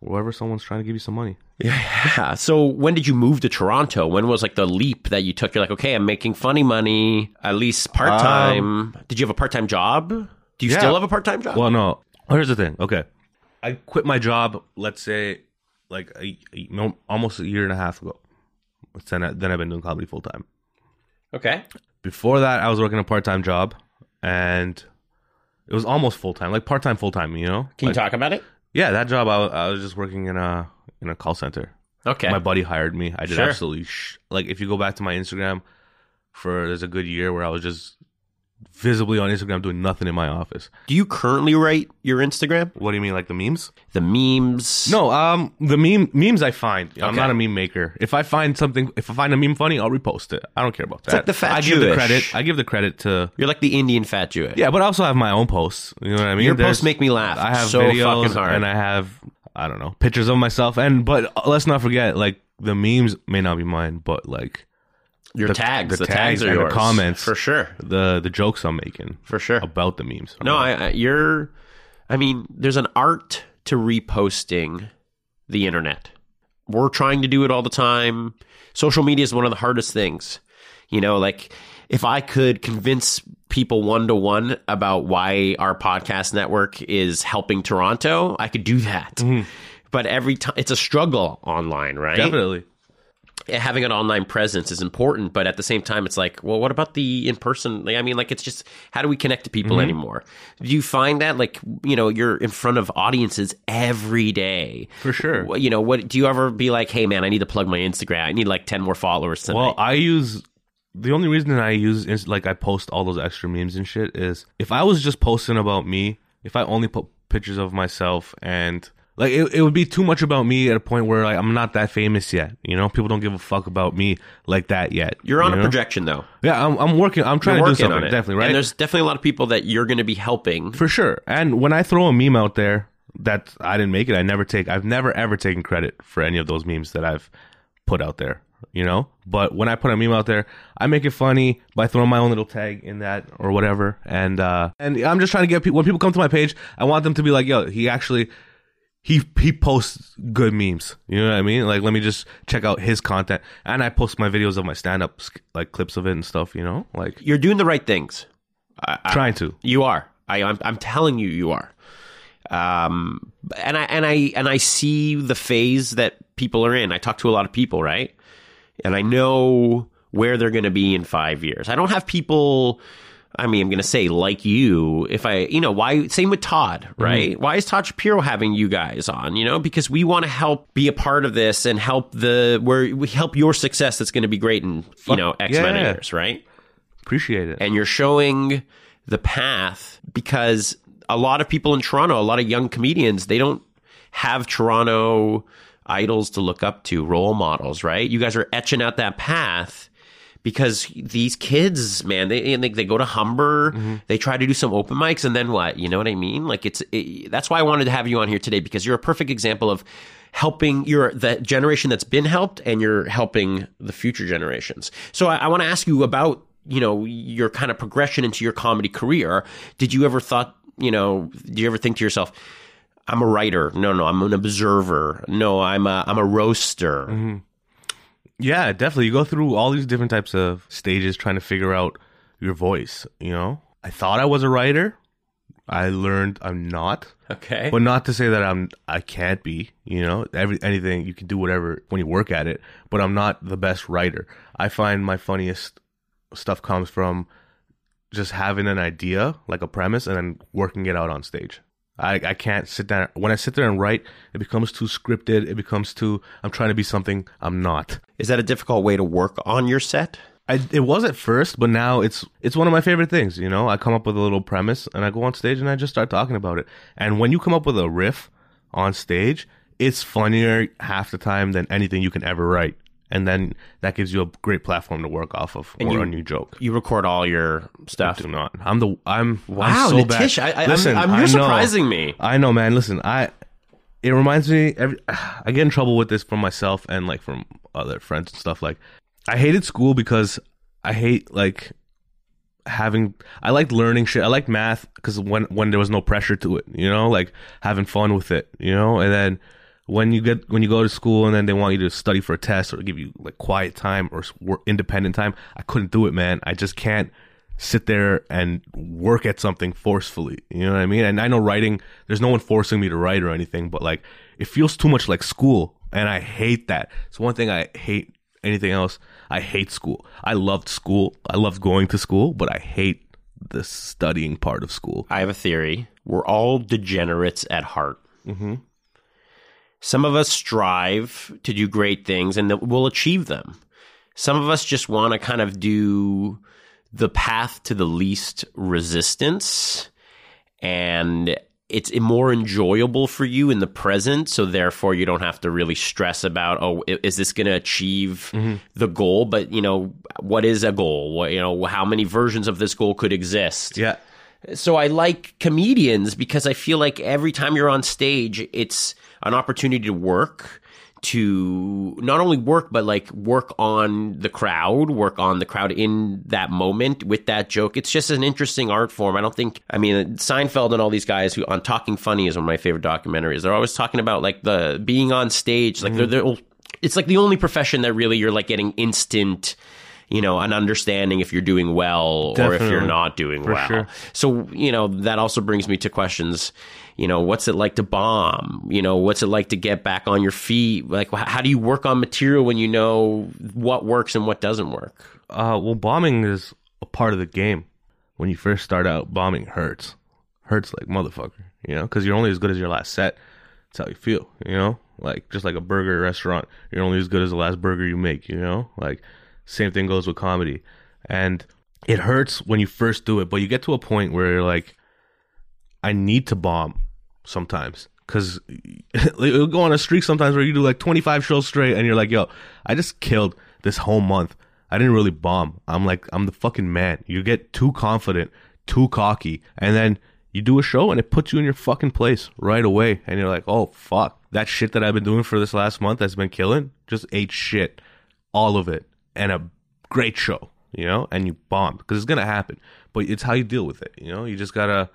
S3: wherever someone's trying to give you some money.
S1: Yeah. So when did you move to Toronto? When was like the leap that you took? You're like, okay, I'm making funny money, at least part time. did you have a part time job? Do you
S3: Um, Yeah.
S1: still have a part time job?
S3: Well, no. Here's the thing. Okay, I quit my job. Let's say like a, a- no, almost a year and a half ago. Then I, then I've been doing comedy full time.
S1: okay.
S3: before that i was working a part-time job and it was almost full-time like part-time full-time you know
S1: Can you
S3: Like,
S1: talk about it?
S3: yeah that job I, wa- I was just working in a in a call center
S1: Okay.
S3: my buddy hired me i did
S1: Sure.
S3: absolutely sh- like if you go back to my instagram for there's a good year where i was just visibly on instagram doing nothing in my office
S1: Do you currently write your Instagram?
S3: what do you mean like the memes
S1: The memes?
S3: no um the meme memes i find i'm
S1: Okay.
S3: not a meme maker if i find something if i find a meme funny i'll repost it i don't care about that
S1: like the fat
S3: i give the
S1: Jewish.
S3: credit i give the credit to
S1: You're like the Indian fat Jewish.
S3: Yeah, but I also have my own posts. You know what I mean?
S1: Your
S3: There's-
S1: posts make me laugh.
S3: I have
S1: so
S3: videos
S1: fucking hard.
S3: and I have I don't know pictures of myself. And but let's not forget, like the memes may not be mine, but like
S1: your
S3: the-
S1: tags,
S3: the
S1: the, tags,
S3: tags
S1: are
S3: and the
S1: yours.
S3: comments.
S1: for sure.
S3: the the jokes I'm making
S1: For sure.
S3: about the memes.
S1: No, I, I you're. I mean, there's an art to reposting the internet. We're trying to do it all the time. Social media is one of the hardest things. You know, like if I could convince people one to one about why our podcast network is helping Toronto, I could do that. But every time it's a struggle online, right?
S3: definitely.
S1: having an online presence is important, but at the same time, it's like, well, what about the in person? Like, I mean, like, it's just how do we connect to
S3: Mm-hmm.
S1: people anymore? Do you find that, like, you know, you're in front of audiences every day?
S3: For sure.
S1: What- You know, what do you ever be like, hey, man, I need to plug my Instagram. I need like 10 more followers tonight.
S3: Well, I use the only reason that I use is like I post all those extra memes and shit is if I was just posting about me, if I only put pictures of myself and like it, it would be too much about me at a point where like I'm not that famous yet. You know, people don't give a fuck about me like that yet.
S1: you're on
S3: you
S1: a
S3: know?
S1: projection, though.
S3: Yeah, I'm, I'm working. I'm trying
S1: You're
S3: to do
S1: working
S3: something
S1: on it.
S3: definitely right
S1: And there's definitely a lot of people that you're going to be helping.
S3: for sure. And when I throw a meme out there that I didn't make it, I never take. I've never ever taken credit for any of those memes that I've put out there. You know, but when I put a meme out there, I make it funny by throwing my own little tag in that or whatever, and uh, and I'm just trying to get people. When people come to my page, I want them to be like, "Yo, he actually he he posts good memes. You know what I mean? Like, let me just check out his content." And I post my videos of my stand up like clips of it and stuff. You know, like
S1: You're doing the right things.
S3: trying to.
S1: You are. I, I'm, I'm telling you, you are. Um, and I and I and I see the phase that people are in. I talk to a lot of people, right? And I know where they're going to be in five years. I don't have people. I mean, I'm going to say like you. If I, you know, why? Same with Todd, right? Why is Todd Shapiro having you guys on? You know, because we want to help be a part of this and help the where we help your success. That's going to be great in you know X amount of
S3: yeah.
S1: years, right?
S3: Appreciate it.
S1: and you're showing the path because a lot of people in Toronto, a lot of young comedians, they don't have Toronto idols to look up to, role models, right? You guys are etching out that path because these kids, man, they and they, they go to Humber, they try to do some open mics, and then what? You know what I mean? Like it's it, that's why I wanted to have you on here today because you're a perfect example of helping your the generation that's been helped, and you're helping the future generations. So I, I want to ask you about you know your kind of progression into your comedy career. Did you ever thought you know? Do you ever think to yourself? I'm a writer. No, no, I'm an observer. No, I'm a I'm a roaster.
S3: Yeah, definitely. You go through all these different types of stages trying to figure out your voice, you know? I thought I was a writer. I learned I'm not.
S1: Okay.
S3: But not to say that I'm I can't be, you know? Every anything you can do whatever when you work at it, but I'm not the best writer. I find my funniest stuff comes from just having an idea, like a premise and then working it out on stage. I, I can't sit down when I sit there and write, it becomes too scripted, it becomes too I'm trying to be something I'm not.
S1: Is that a difficult way to work on your set?
S3: I, it was at first, but now it's it's one of my favorite things. You know, I come up with a little premise and I go on stage and I just start talking about it. And when you come up with a riff on stage, it's funnier half the time than anything you can ever write. And then that gives you a great platform to work off of or
S1: you-
S3: a new joke.
S1: You record all your stuff.
S3: Do not. I'm the I'm
S1: Wow,
S3: I'm so bad.
S1: Nitish, I- I- I'm-
S3: Listen,
S1: I'm- you're
S3: I know.
S1: surprising me.
S3: I know, man. Listen, I it reminds me every [sighs] I get in trouble with this from myself and like from other friends and stuff like I hated school because I hate like having I liked learning shit. I liked math cuz when when there was no pressure to it, you know, like having fun with it, you know? And then when you get when you go to school and then they want you to study for a test or give you like quiet time or s- wor- independent time, I couldn't do it, man. I just can't sit there and work at something forcefully. You know what I mean? And I know writing, there's no one forcing me to write or anything, but like it feels too much like school and I hate that. It's one thing I hate anything else. I hate school. I loved school. I loved going to school, but I hate the studying part of school.
S1: I have a theory. We're all degenerates at heart. Mm-hmm. Some of us strive to do great things and that we'll achieve them. Some of us just want to kind of do the path to the least resistance. And it's more enjoyable for you in the present. So, therefore, you don't have to really stress about, oh, i- is this going to achieve the goal? But, you know, what is a goal? What, you know, how many versions of this goal could exist?
S3: Yeah.
S1: so I like comedians because I feel like every time you're on stage, it's an opportunity to work, to not only work, but like work on the crowd, work on the crowd in that moment with that joke. It's just an interesting art form. I don't think, I mean, Seinfeld and all these guys who on Talking Funny is one of my favorite documentaries. They're always talking about like the being on stage, like they're, they're, it's like the only profession that really you're like getting instant. You know, an understanding if you're doing well or if you're
S3: Definitely.
S1: not doing well.
S3: sure.
S1: So, you know, that also brings me to questions, you know, what's it like to bomb? You know, what's it like to get back on your feet? Like, wh- how do you work on material when you know what works and what doesn't work?
S3: Uh, well, bombing is a part of the game. When you first start out, bombing hurts. Hurts like motherfucker, you know, because you're only as good as your last set. That's how you feel, you know? Like, just like a burger restaurant, you're only as good as the last burger you make, you know? Like, same thing goes with comedy. And it hurts when you first do it, but you get to a point where you're like, I need to bomb sometimes because [laughs] you'll go on a streak sometimes where you do like 25 shows straight and you're like, yo, I just killed this whole month. I didn't really bomb. I'm like, I'm the fucking man. You get too confident, too cocky, and then you do a show and it puts you in your fucking place right away. And you're like, oh, fuck. That shit that I've been doing for this last month that's been killing just ate shit all of it and a great show, you know, and you bomb because it's gonna happen. But it's how you deal with it, you know. You just gotta.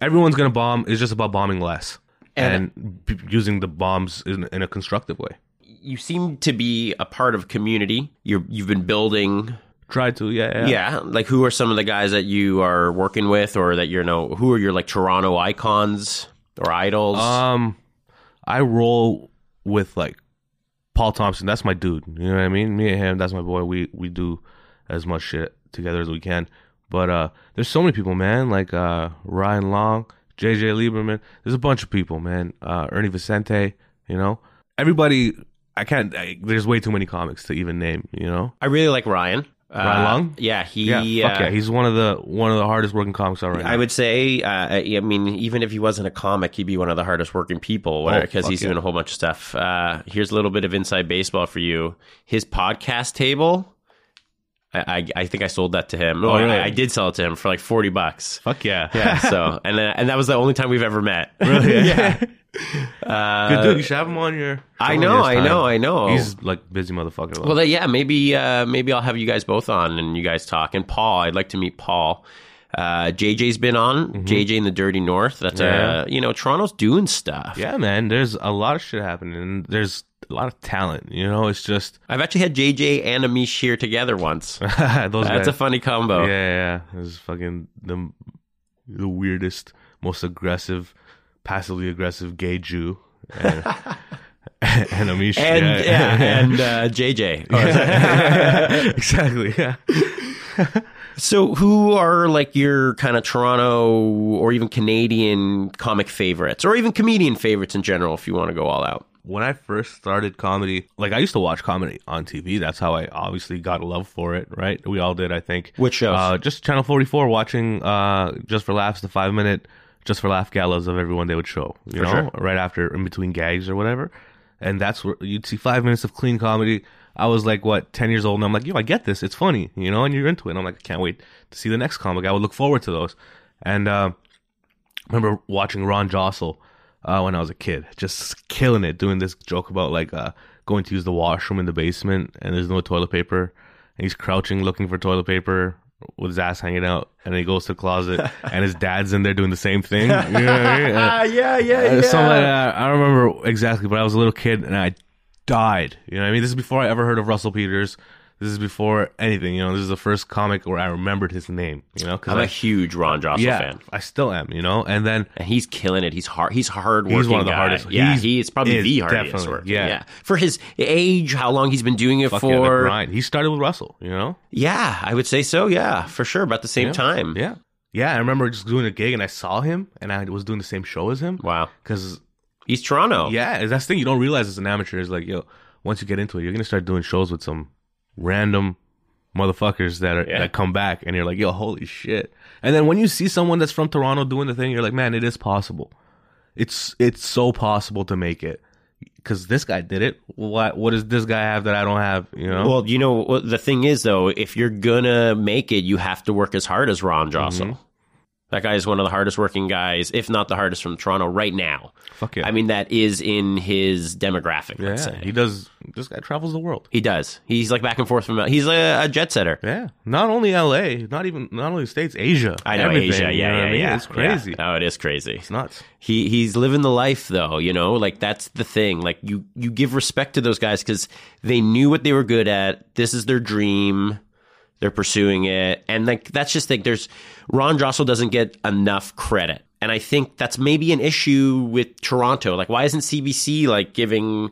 S3: Everyone's gonna bomb. It's just about bombing less
S1: And-
S3: and, b- using the bombs in, in a constructive way.
S1: You seem to be a part of community. You're, you've been building.
S3: Try to, yeah, yeah.
S1: Yeah. Like, who are some of the guys that you are working with or that you're, know, who are your like Toronto icons or idols?
S3: Um, I roll with like Paul Thompson. That's my dude. You know what I mean? Me and him. That's my boy. We we do as much shit together as we can. But uh, there's so many people, man. Like uh, Ryan Long, JJ Lieberman. There's a bunch of people, man. Uh, Ernie Vicente. You know, everybody. I can't. I, there's way too many comics to even name. You know.
S1: I really like Ryan. Uh,
S3: Ron Long?
S1: Yeah, he.
S3: Yeah,
S1: uh,
S3: fuck yeah. He's one of the one of the hardest working comics out right now.
S1: I would say, uh, I mean, even if he wasn't a comic, he'd be one of the hardest working people
S3: Oh,
S1: because
S3: fuck
S1: he's
S3: yeah.
S1: doing a whole bunch of stuff. Uh, here's a little bit of inside baseball for you. His podcast table, I, I, I think I sold that to him. Oh,
S3: really?
S1: I, I did sell it to him for like forty bucks.
S3: fuck yeah.
S1: [laughs]
S3: [laughs]
S1: Yeah. So, and then, and that was the only time we've ever met. [laughs]
S3: Really? yeah. Good dude. You should have him on your.
S1: Uh, I
S3: on
S1: know,
S3: your
S1: I
S3: time.
S1: know, I know.
S3: He's like busy motherfucker. though.
S1: Well, then, yeah, maybe uh, maybe I'll have you guys both on and you guys talk. And Paul, I'd like to meet Paul. Uh, JJ's been on JJ in the Dirty North. That's
S3: Mm-hmm. Yeah.
S1: uh, you know Toronto's doing stuff.
S3: yeah, man. There's a lot of shit happening. and There's a lot of talent. You know, it's just [laughs]
S1: I've actually had JJ and Amish here together once.
S3: those
S1: That's
S3: guys.
S1: a funny combo.
S3: yeah, yeah. yeah. It's fucking the the weirdest, most aggressive, passively aggressive
S1: [laughs]
S3: gay Jew. And, [laughs] and Amish.
S1: And yeah,
S3: yeah. [laughs]
S1: and uh, JJ. Oh, is that-
S3: exactly. Yeah.
S1: So, who are like your kind of Toronto or even Canadian comic favorites, or even comedian favorites in general? If you want to go all out,
S3: When I first started comedy, like I used to watch comedy on TV. That's how I obviously got a love for it, right? We all did, I think.
S1: Which shows?
S3: Uh, just Channel 44 watching uh, Just for Laughs, the five minute Just for Laugh galas of everyone they would show, you know,
S1: sure.
S3: right after in between gags or whatever. And that's where you'd see five minutes of clean comedy. I was like, what, 10 years old? And I'm like, yo, I get this. It's funny, you know, and you're into it. And I'm like, I can't wait to see the next comic. I would look forward to those. And, uh, remember watching Ron Jossel uh, when I was a kid, just killing it, doing this joke about like uh, going to use the washroom in the basement and there's no toilet paper, and he's crouching looking for toilet paper with his ass hanging out, and he goes to the
S1: [laughs]
S3: closet and his dad's in there doing the same thing. You know what I mean? Uh,
S1: yeah, yeah,
S3: uh, something like that. I don't remember exactly, but I was a little kid and I died. You know what I mean? This is before I ever heard of Russell Peters. This is before anything. You know, this is the first comic where I remembered his name. You know, because
S1: I'm a huge Ron Jossel
S3: yeah,
S1: fan.
S3: I still am. You know, and then
S1: and he's killing it. He's hard. He's hard working.
S3: He's one of the
S1: guy.
S3: hardest.
S1: Yeah,
S3: He's-
S1: he is probably
S3: is
S1: the hardest
S3: definitely,
S1: worker.
S3: yeah.
S1: for his age, how long he's been doing it
S3: Fuck yeah, the
S1: for. Yeah,
S3: grind. He started with Russell, you know?
S1: I would say so. Yeah, for sure. About the same time.
S3: Yeah. Yeah, I remember just doing a gig and I saw him and I was doing the same show as him.
S1: Wow.
S3: Because,
S1: He's Toronto.
S3: yeah, that's the thing you don't realize as an amateur is like, yo, once you get into it, you're going to start doing shows with some random motherfuckers that are
S1: Yeah.
S3: that come back and you're like, yo, holy shit. And then when you see someone that's from Toronto doing the thing, you're like, man, it is possible. It's it's so possible to make it. Because this guy did it. What what does this guy have that I don't have? You know?
S1: Well, you know what- the thing is though, if you're gonna make it, you have to work as hard as Ron
S3: Mm-hmm.
S1: Jossel. That guy is one of the hardest working guys, if not the hardest from Toronto right now.
S3: Fuck yeah.
S1: I mean, that is in his demographic.
S3: yeah,
S1: Let's say.
S3: he does. This guy travels the world.
S1: He does. He's like back and forth from. He's a, a jet setter.
S3: Yeah, not only L.A., not even not only states, Asia.
S1: I know
S3: everything,
S1: Asia. Yeah,
S3: you know what
S1: yeah,
S3: I mean?
S1: yeah.
S3: It's crazy.
S1: Yeah. Oh, it is crazy.
S3: It's nuts.
S1: He he's living the life though, you know. Like that's the thing. Like you you give respect to those guys because they knew what they were good at. This is their dream. They're pursuing it, and like that's just like there's Ron Drossel doesn't get enough credit, and I think that's maybe an issue with Toronto. Like, why isn't CBC like giving?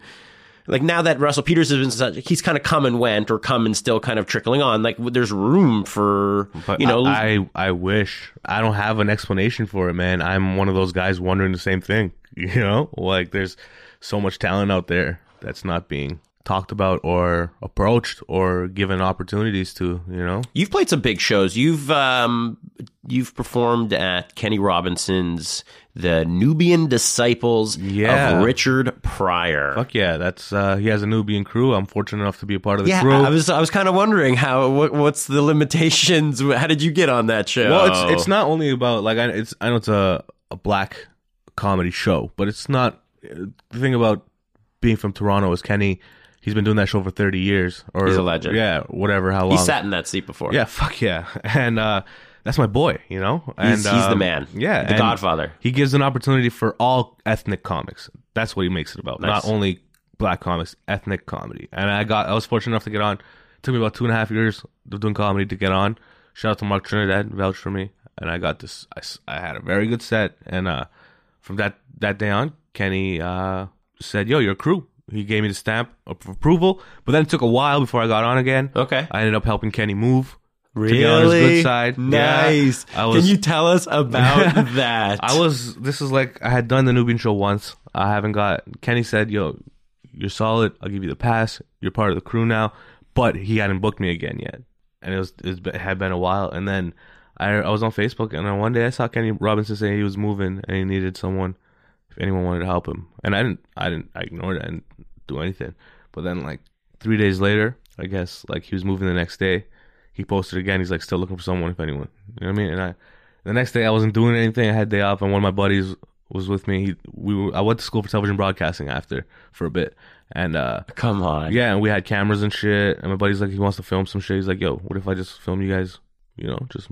S1: Like now that Russell Peters has been such, he's kind of come and went, or come and still kind of trickling on. Like there's room for
S3: But
S1: you know
S3: I, I I wish I don't have an explanation for it, man. I'm one of those guys wondering the same thing. [laughs] You know, like there's so much talent out there that's not being talked about or approached or given opportunities to. You know,
S1: You've played some big shows. You've um, you've performed at Kenny Robinson's The Nubian Disciples
S3: Yeah.
S1: of Richard Pryor.
S3: fuck yeah, that's uh, he has a Nubian crew. I'm fortunate enough to be a part of the
S1: yeah,
S3: crew.
S1: I was I was kind of wondering how what, what's the limitations? [laughs] How did you get on that show?
S3: Well, it's it's not only about like I it's I know it's a a black comedy show, but it's not the thing about being from Toronto is Kenny. He's been doing that show for thirty years, or
S1: He's a legend.
S3: Yeah, whatever. How long?
S1: He sat in that seat before.
S3: Yeah, [laughs] fuck yeah, and uh, that's my boy. You know, and
S1: he's, he's the
S3: um,
S1: man.
S3: Yeah,
S1: the
S3: and
S1: Godfather.
S3: He gives an opportunity for all ethnic comics. That's what he makes it about.
S1: Nice.
S3: Not only black comics, ethnic comedy. And I got I was fortunate enough to get on. took me about two and a half years of doing comedy to get on. Shout out to Mark Trinidad, vouched for me, and I got this. I, s- I had a very good set, and uh, from that that day on, Kenny uh, said, "Yo, you're a crew." He gave me the stamp of approval, but then it took a while before I got on again.
S1: Okay.
S3: I ended up helping Kenny move. to get on his good side. Yeah.
S1: Nice.
S3: I was,
S1: Can you tell us
S3: [laughs]
S1: about that?
S3: I was. This is like I had done the Nubian show once. I haven't got. Kenny said, "Yo, you're solid. I'll give you the pass. You're part of the crew now." But he hadn't booked me again yet. and it was it was- had been a while. And then I I was on Facebook, and then one day I saw Kenny Robinson saying he was moving and he needed someone if anyone wanted to help him. And I didn't I didn't I ignored it and do anything. But then like three days later, I guess like he was moving the next day. He posted again. He's like still looking for someone if anyone. You know what I mean? And I the next day I wasn't doing anything. I had day off, and one of my buddies was with me. He, we were, I went to school for television broadcasting after for a bit, and uh,
S1: Come on.
S3: yeah, and we had cameras and shit. And my buddy's like, he wants to film some shit. He's like, yo, what if I just film you guys? You know, just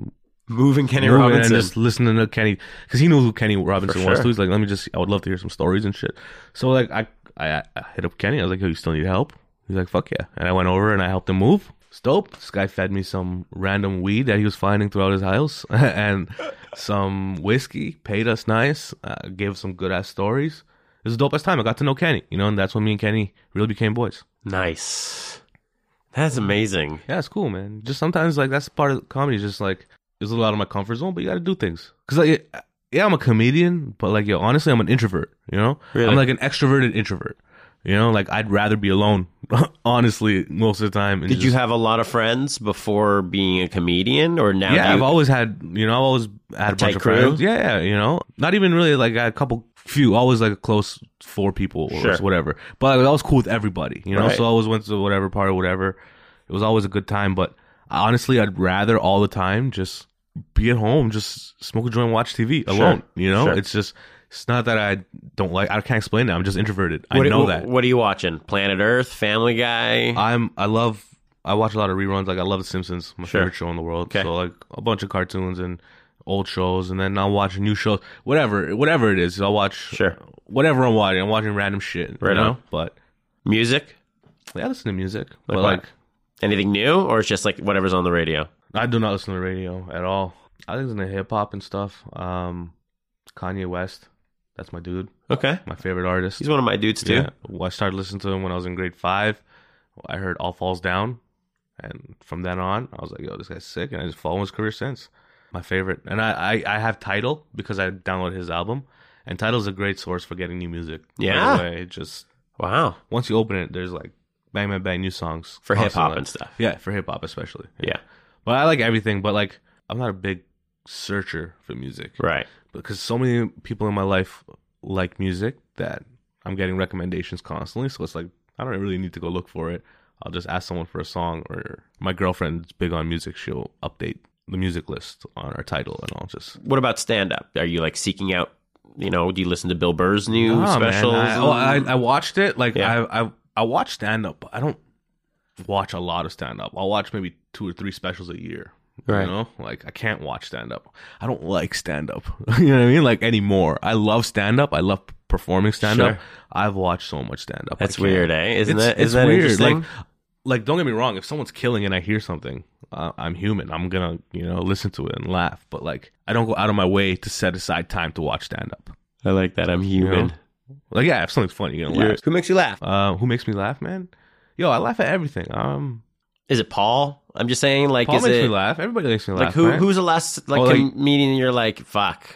S1: Moving Kenny
S3: moving
S1: Robinson.
S3: and just listening to Kenny because he knew who Kenny Robinson
S1: For
S3: was.
S1: sure.
S3: Too. He's like, let me just, I would love to hear some stories and shit. So like, I, I, I hit up Kenny. I was like, yo, you still need help? He's like, fuck yeah. And I went over and I helped him move. It's dope. This guy fed me some random weed that he was finding throughout his house [laughs] and some whiskey. Paid us nice. Uh, gave some good ass stories. It was the dopest time. I got to know Kenny, you know, and that's when me and Kenny really became boys.
S1: nice. That's amazing.
S3: Yeah, it's cool, man. Just sometimes like that's part of comedy. is Just like it's a little out of my comfort zone, but you got to do things. Cause like yeah, I'm a comedian, but like yo, honestly, I'm an introvert. You know,
S1: Really?
S3: I'm like an extroverted introvert. You know, like I'd rather be alone, [laughs] honestly, most of the time. and
S1: Did you
S3: just-
S1: have a lot of friends before being a comedian, or now? do
S3: Yeah,
S1: you-
S3: I've always had. You know, I've always had a, bunch
S1: tight
S3: of
S1: crew?
S3: friends. Yeah, yeah, you know, not even really like a couple, few. Always like a close four people or
S1: Sure.
S3: whatever. But I was cool with everybody. You know,
S1: Right.
S3: so I always went to whatever party, whatever. It was always a good time. But honestly, I'd rather all the time just be at home, just smoke a joint, watch TV alone. You know,
S1: Sure.
S3: it's just. It's not that I don't like. I can't explain it. I'm just introverted.
S1: what,
S3: I know
S1: what-
S3: that. Uh,
S1: What are you watching? Planet Earth, Family Guy.
S3: I'm I love I watch a lot of reruns. Like I love The Simpsons, my
S1: Sure.
S3: favorite show in the world.
S1: Okay.
S3: So like a bunch of cartoons and old shows, and then I'll watch new shows, whatever whatever it is. I'll watch
S1: Sure.
S3: whatever I'm watching. I'm watching random shit,
S1: Right
S3: you know.
S1: on.
S3: But
S1: Music.
S3: yeah, I listen to music, but
S1: what?
S3: like
S1: Anything new, or it's just like whatever's on the radio?
S3: I do not listen to the radio at all. I listen to hip hop and stuff. Um, Kanye West, that's my dude,
S1: Okay.
S3: my favorite artist.
S1: He's one of my dudes too.
S3: Yeah. Well, I started listening to him when I was in grade five. I heard All Falls Down. And from then on, I was like, yo, this guy's sick. And I just followed his career since. My favorite. And I, I, I have Tidal because I downloaded his album. And Tidal's a great source for getting new music. right
S1: Yeah.
S3: away. It just
S1: Wow.
S3: once you open it, there's like bang, bang, bang, new songs.
S1: For hip hop
S3: constantly.
S1: and stuff.
S3: Yeah, for hip hop especially.
S1: Yeah.
S3: But I like everything, but like, I'm not a big searcher for music
S1: Right.
S3: because so many people in my life like music that I'm getting recommendations constantly. So it's like I don't really need to go look for it. I'll just ask someone for a song, or my girlfriend's big on music. She'll update the music list on our title, and I'll just
S1: What about stand up? Are you like seeking out? You know, do you listen to Bill Burr's new
S3: Nah, man,
S1: specials?
S3: I, oh, I, I watched it. Like
S1: Yeah.
S3: I I I watch stand up. I don't watch a lot of stand up. I'll watch maybe two or three specials a year.
S1: Right.
S3: You know, like I can't watch stand up. I don't like stand up. [laughs] you know what I mean? Like anymore. I love stand up. I love performing stand up.
S1: Sure.
S3: I've watched so much stand up.
S1: That's weird, eh? Isn't that isn't that interesting?
S3: Like, like don't get me wrong. If someone's killing and I hear something, uh, I'm human. I'm gonna you know listen to it and laugh. But like I don't go out of my way to set aside time to watch stand up.
S1: I like that. I'm human.
S3: Like yeah, if something's funny, you're gonna
S1: You're-
S3: laugh.
S1: Who makes you laugh?
S3: Uh, who makes me laugh, man? Yo, I laugh at everything. Um,
S1: Is it Paul? I'm just saying, like,
S3: Paul
S1: is
S3: makes
S1: it
S3: me laugh. Everybody makes me
S1: like
S3: laugh.
S1: who
S3: man.
S1: who's the last like,
S3: Oh, like-
S1: comedian you're like fuck,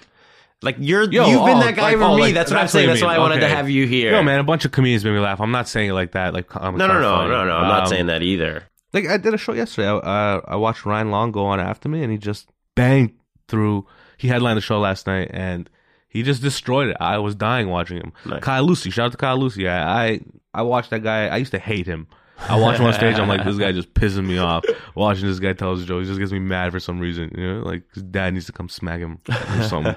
S1: like you're
S3: Yo,
S1: you've been
S3: oh,
S1: that guy
S3: like,
S1: for
S3: oh,
S1: me.
S3: like,
S1: that's what I'm saying.
S3: you
S1: That's why I
S3: mean.
S1: wanted to
S3: Okay.
S1: have you here.
S3: Yo, man, a bunch of comedians make me laugh. I'm not saying it like that. Like I'm
S1: No, no, no,
S3: funny.
S1: no, no. I'm not
S3: Um,
S1: saying that either.
S3: Like I did a show yesterday. I, uh, I watched Ryan Long go on after me, and he just banged through. He headlined the show last night, and he just destroyed it. I was dying watching him.
S1: Nice.
S3: Kyle Lucy, shout out to Kyle Lucy. I, I I watched that guy. I used to hate him. I watched him on stage. I'm like, this guy just pissing me off. Watching this guy tell his jokes just gets me mad for some reason. You know, like his dad needs to come smack him
S1: [laughs]
S3: or something.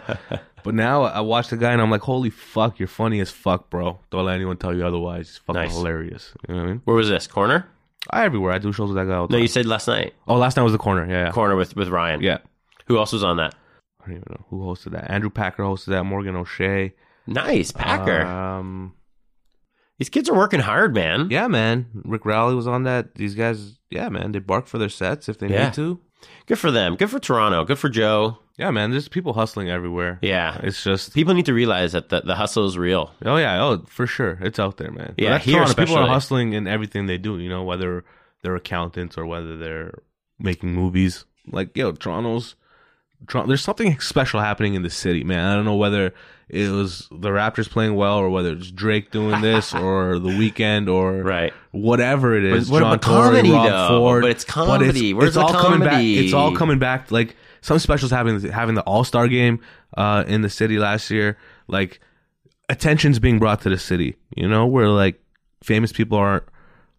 S3: but now I watch the guy and I'm like, holy fuck, you're funny as fuck, bro. Don't let anyone tell you otherwise. He's fucking
S1: Nice.
S3: hilarious. You know what I mean?
S1: Where was this corner?
S3: I everywhere. I do shows with that guy all the
S1: No,
S3: time.
S1: you said last night
S3: oh, last night was the corner. Yeah, yeah.
S1: corner with with Ryan.
S3: yeah.
S1: Who else was on that?
S3: I don't even know who hosted that. Andrew Packer hosted that. Morgan O'Shea.
S1: Nice Packer.
S3: Um,
S1: These kids are working hard, man.
S3: yeah, man. Rick Rowley was on that. These guys, yeah, man. They bark for their sets if they
S1: Yeah.
S3: need to.
S1: Good for them. Good for Toronto. Good for Joe.
S3: Yeah, man. There's people hustling everywhere.
S1: Yeah.
S3: It's just
S1: People need to realize that the, the hustle is real.
S3: oh yeah, oh for sure, it's out there, man. But
S1: Yeah,
S3: that's
S1: here
S3: Toronto. people are
S1: especially.
S3: hustling in everything they do. You know, whether they're accountants or whether they're making movies. Like yo, Toronto's Toronto, there's something special happening in the city, man. I don't know whether it was the Raptors playing well or whether it's Drake doing [laughs] this or the weekend or
S1: Right.
S3: whatever it is.
S1: But what about comedy, though? But it's comedy. Where's the
S3: all coming back.
S1: comedy?
S3: It's all coming back. Like some specials having having the All Star game uh, in the city last year. Like attention's being brought to the city. You know, where like famous people aren't.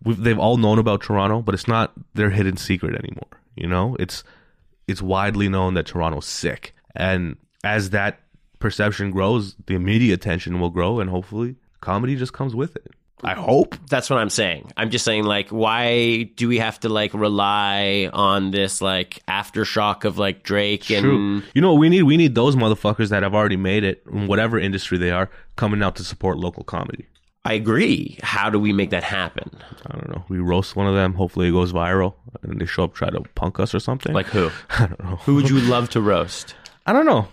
S3: We've, they've all known about Toronto, but it's not their hidden secret anymore. You know, it's it's widely known that Toronto's sick, and as that perception grows, the media attention will grow, and hopefully, comedy just comes with it. I hope.
S1: That's what I'm saying. I'm just saying, like, why do we have to like rely on this like aftershock of like Drake and
S3: True. Mm-hmm. You know what we need? We need those motherfuckers that have already made it, in whatever industry they are, coming out to support local comedy.
S1: I agree. How do we make that happen?
S3: I don't know. We roast one of them. Hopefully, it goes viral, and they show up try to punk us or something.
S1: Like who?
S3: [laughs] I don't know.
S1: Who would you love to roast?
S3: I don't know.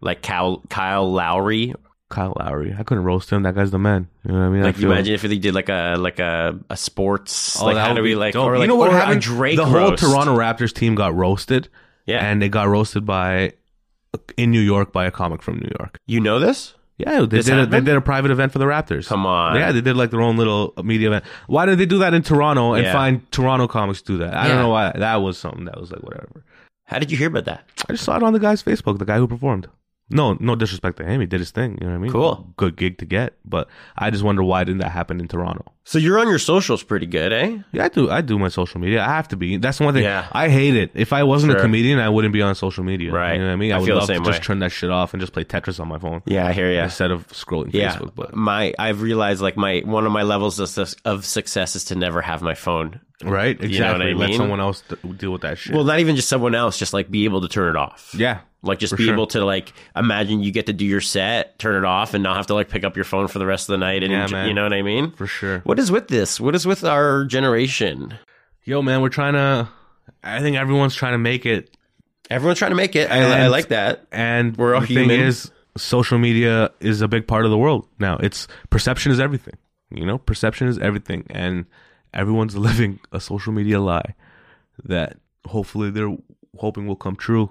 S1: Like Kyle, Kyle Lowry?
S3: Kyle Lowry. I couldn't roast him. That guy's the man. You know what I mean? I
S1: Like, you
S3: feel-
S1: imagine if they did like a like a, a sports
S3: Oh,
S1: like
S3: that
S1: how
S3: would
S1: do we
S3: be
S1: like
S3: dope.
S1: or like
S3: you know what
S1: or a
S3: happened?
S1: Drake
S3: the whole
S1: roast.
S3: Toronto Raptors team got roasted.
S1: Yeah.
S3: and they got roasted by in New York by a comic from New York.
S1: You know this?
S3: Yeah, they
S1: This
S3: did. A, they
S1: happened?
S3: did a private event for the Raptors.
S1: Come on.
S3: Yeah, they did like their own little media event. Why did they do that in Toronto and
S1: Yeah.
S3: find Toronto comics do that? I
S1: Yeah.
S3: don't know why. That was something that was like whatever.
S1: How did you hear about that?
S3: I just saw it on the guy's Facebook, the guy who performed. No, no disrespect to him. He did his thing. You know what I mean?
S1: Cool.
S3: Good gig to get. But I just wonder why didn't that happen in Toronto?
S1: So you're on your socials pretty good, eh?
S3: Yeah, I do. I do my social media. I have to be. That's one thing.
S1: Yeah.
S3: I hate it. If I wasn't
S1: Sure.
S3: a comedian, I wouldn't be on social media.
S1: Right.
S3: You know what I mean?
S1: I
S3: I, would
S1: feel the
S3: love to
S1: same
S3: just
S1: way.
S3: turn that shit off and just play Tetris on my phone
S1: Yeah, I hear you.
S3: instead of scrolling
S1: Yeah,
S3: Facebook. But
S1: my I've realized like my one of my levels of, sus- of success is to never have my phone.
S3: right, exactly.
S1: I mean?
S3: Let someone else th- deal with that shit.
S1: Well, not even just someone else, just like be able to turn it off.
S3: yeah.
S1: Like just
S3: For
S1: be
S3: sure.
S1: able to like imagine you get to do your set, turn it off, and not have to like pick up your phone for the rest of the night. And
S3: Yeah, man.
S1: you know what I mean?
S3: For sure.
S1: What is with this? What is with our generation?
S3: Yo, man, we're trying to. I think everyone's trying to make it,
S1: Everyone's trying to make it.
S3: And-
S1: I, I like that.
S3: and
S1: We're all
S3: the thing
S1: human.
S3: is, social media is a big part of the world now. It's perception is everything. You know, perception is everything, and everyone's [laughs] living a social media lie. that hopefully they're hoping will come true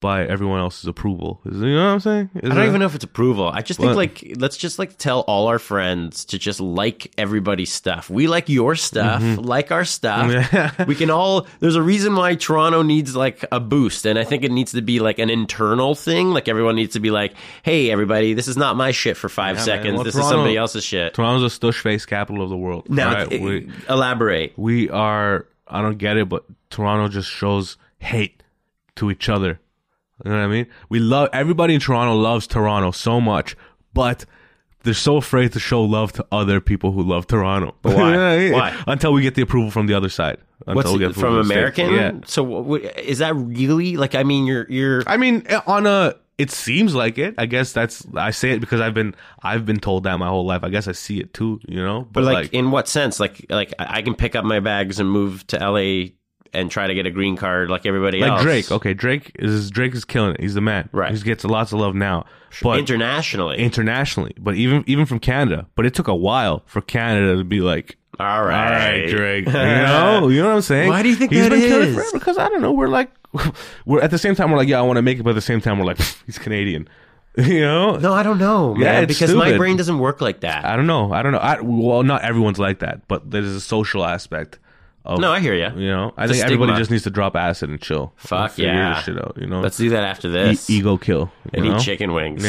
S3: by everyone else's approval. Is, you know what I'm saying? Is
S1: I don't
S3: it-
S1: even know if it's approval. I just think
S3: What?
S1: like let's just like tell all our friends to just like everybody's stuff. We like your stuff, like our stuff.
S3: Mm-hmm. Yeah.
S1: [laughs] we can all there's a reason why Toronto needs like a boost and I think it needs to be like an internal thing. Like everyone needs to be like, "Hey everybody, this is not my shit for 5
S3: man.
S1: seconds.
S3: Well,
S1: this is
S3: Toronto-
S1: somebody else's shit."
S3: Toronto's a stush face capital of the world.
S1: now
S3: right?
S1: e-
S3: we,
S1: elaborate.
S3: we are. I don't get it, but Toronto just shows hate to each other. You know what I mean? We love everybody in Toronto loves Toronto so much, but they're so afraid to show love to other people who love Toronto. But [laughs]
S1: why? Why?
S3: Until we get the approval from the other side. Until
S1: What's
S3: we get
S1: from
S3: approval the States.
S1: American?
S3: Yeah.
S1: So what, is that really like I mean you're you're
S3: I mean, eh, on a it seems like it. I guess that's I say it because I've been I've been told that my whole life. I guess I see it too, you know.
S1: But like, in what sense? Like like I I can pick up my bags and move to LA and try to get a green card like everybody
S3: like
S1: else.
S3: Drake, okay, Drake is Drake is killing it. He's the man.
S1: Right.
S3: he gets lots of love now, but
S1: Internationally.
S3: internationally, but even even from Canada. But it took a while for Canada to be like,
S1: all right.
S3: all
S1: [laughs]
S3: right, Drake, you know, you know what I'm saying?
S1: Why do you think
S3: he's
S1: that
S3: been killing it
S1: is?
S3: forever? Because I don't know. We're like, [laughs] we're at the same time we're like, yeah, I want to make it, but at the same time we're like, [laughs] he's Canadian, you know?
S1: No, I don't know, man.
S3: Yeah, it's
S1: because my
S3: stupid.
S1: brain doesn't work like that.
S3: I don't know. I don't know. I, well, not everyone's like that, but there's a social aspect. Of,
S1: No, I hear ya.
S3: You know, I
S1: It's a
S3: think everybody
S1: stigma.
S3: just needs to drop acid and chill.
S1: Fuck
S3: And figure
S1: yeah.
S3: this shit out. You know,
S1: Let's do that after this.
S3: E- ego kill.
S1: and
S3: you
S1: eat
S3: know? [laughs]
S1: chicken wings.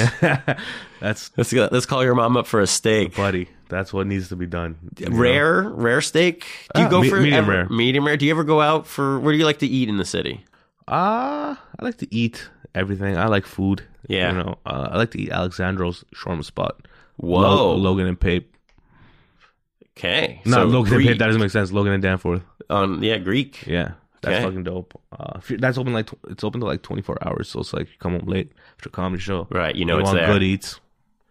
S3: that's
S1: [laughs] Let's go, let's call your mom up for a steak.
S3: buddy. That's what needs to be done. you know?
S1: Rare, rare steak. Do you
S3: Ah,
S1: go
S3: me-
S1: for
S3: medium
S1: ever-
S3: rare.
S1: Medium rare. Do you ever go out for? Where do you like to eat in the city?
S3: Uh, I like to eat everything. I like food.
S1: Yeah.
S3: You know, uh, I like to eat Alexandro's shawarma spot.
S1: Whoa.
S3: Logan and Pape.
S1: Okay,
S3: Not Logan
S1: Greek
S3: and Pape. That doesn't make sense. Logan and Danforth.
S1: on yeah Greek.
S3: Yeah, that's
S1: Okay.
S3: fucking dope. Uh, if you- that's open like tw- it's open to like twenty four hours, so it's like you come home late after a comedy show.
S1: Right, you know
S3: you
S1: it's
S3: want
S1: there.
S3: good eats.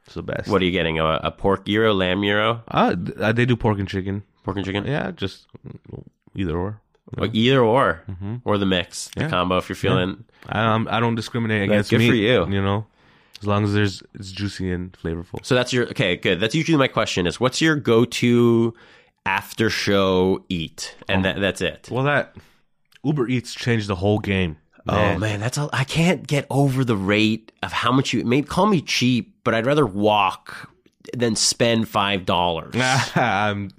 S3: It's the best.
S1: What are you getting? A, a pork gyro, lamb gyro,
S3: Uh, th- uh, they do pork and chicken.
S1: pork and chicken.
S3: Yeah, just mm, either or.
S1: Or either or,
S3: Mm-hmm.
S1: or the mix, the combo. If you're feeling,
S3: I um, I don't discriminate
S1: That's
S3: against
S1: good
S3: meat.
S1: for you.
S3: You know, as long as there's it's juicy and flavorful.
S1: so that's your okay. Good. That's usually my question: is what's your go-to after show eat, and that, that's it.
S3: Well, that Uber Eats changed the whole game.
S1: Oh man, that's all. I can't get over the rate of how much you. Maybe call me cheap, but I'd rather walk than spend five dollars.
S3: [laughs] I'm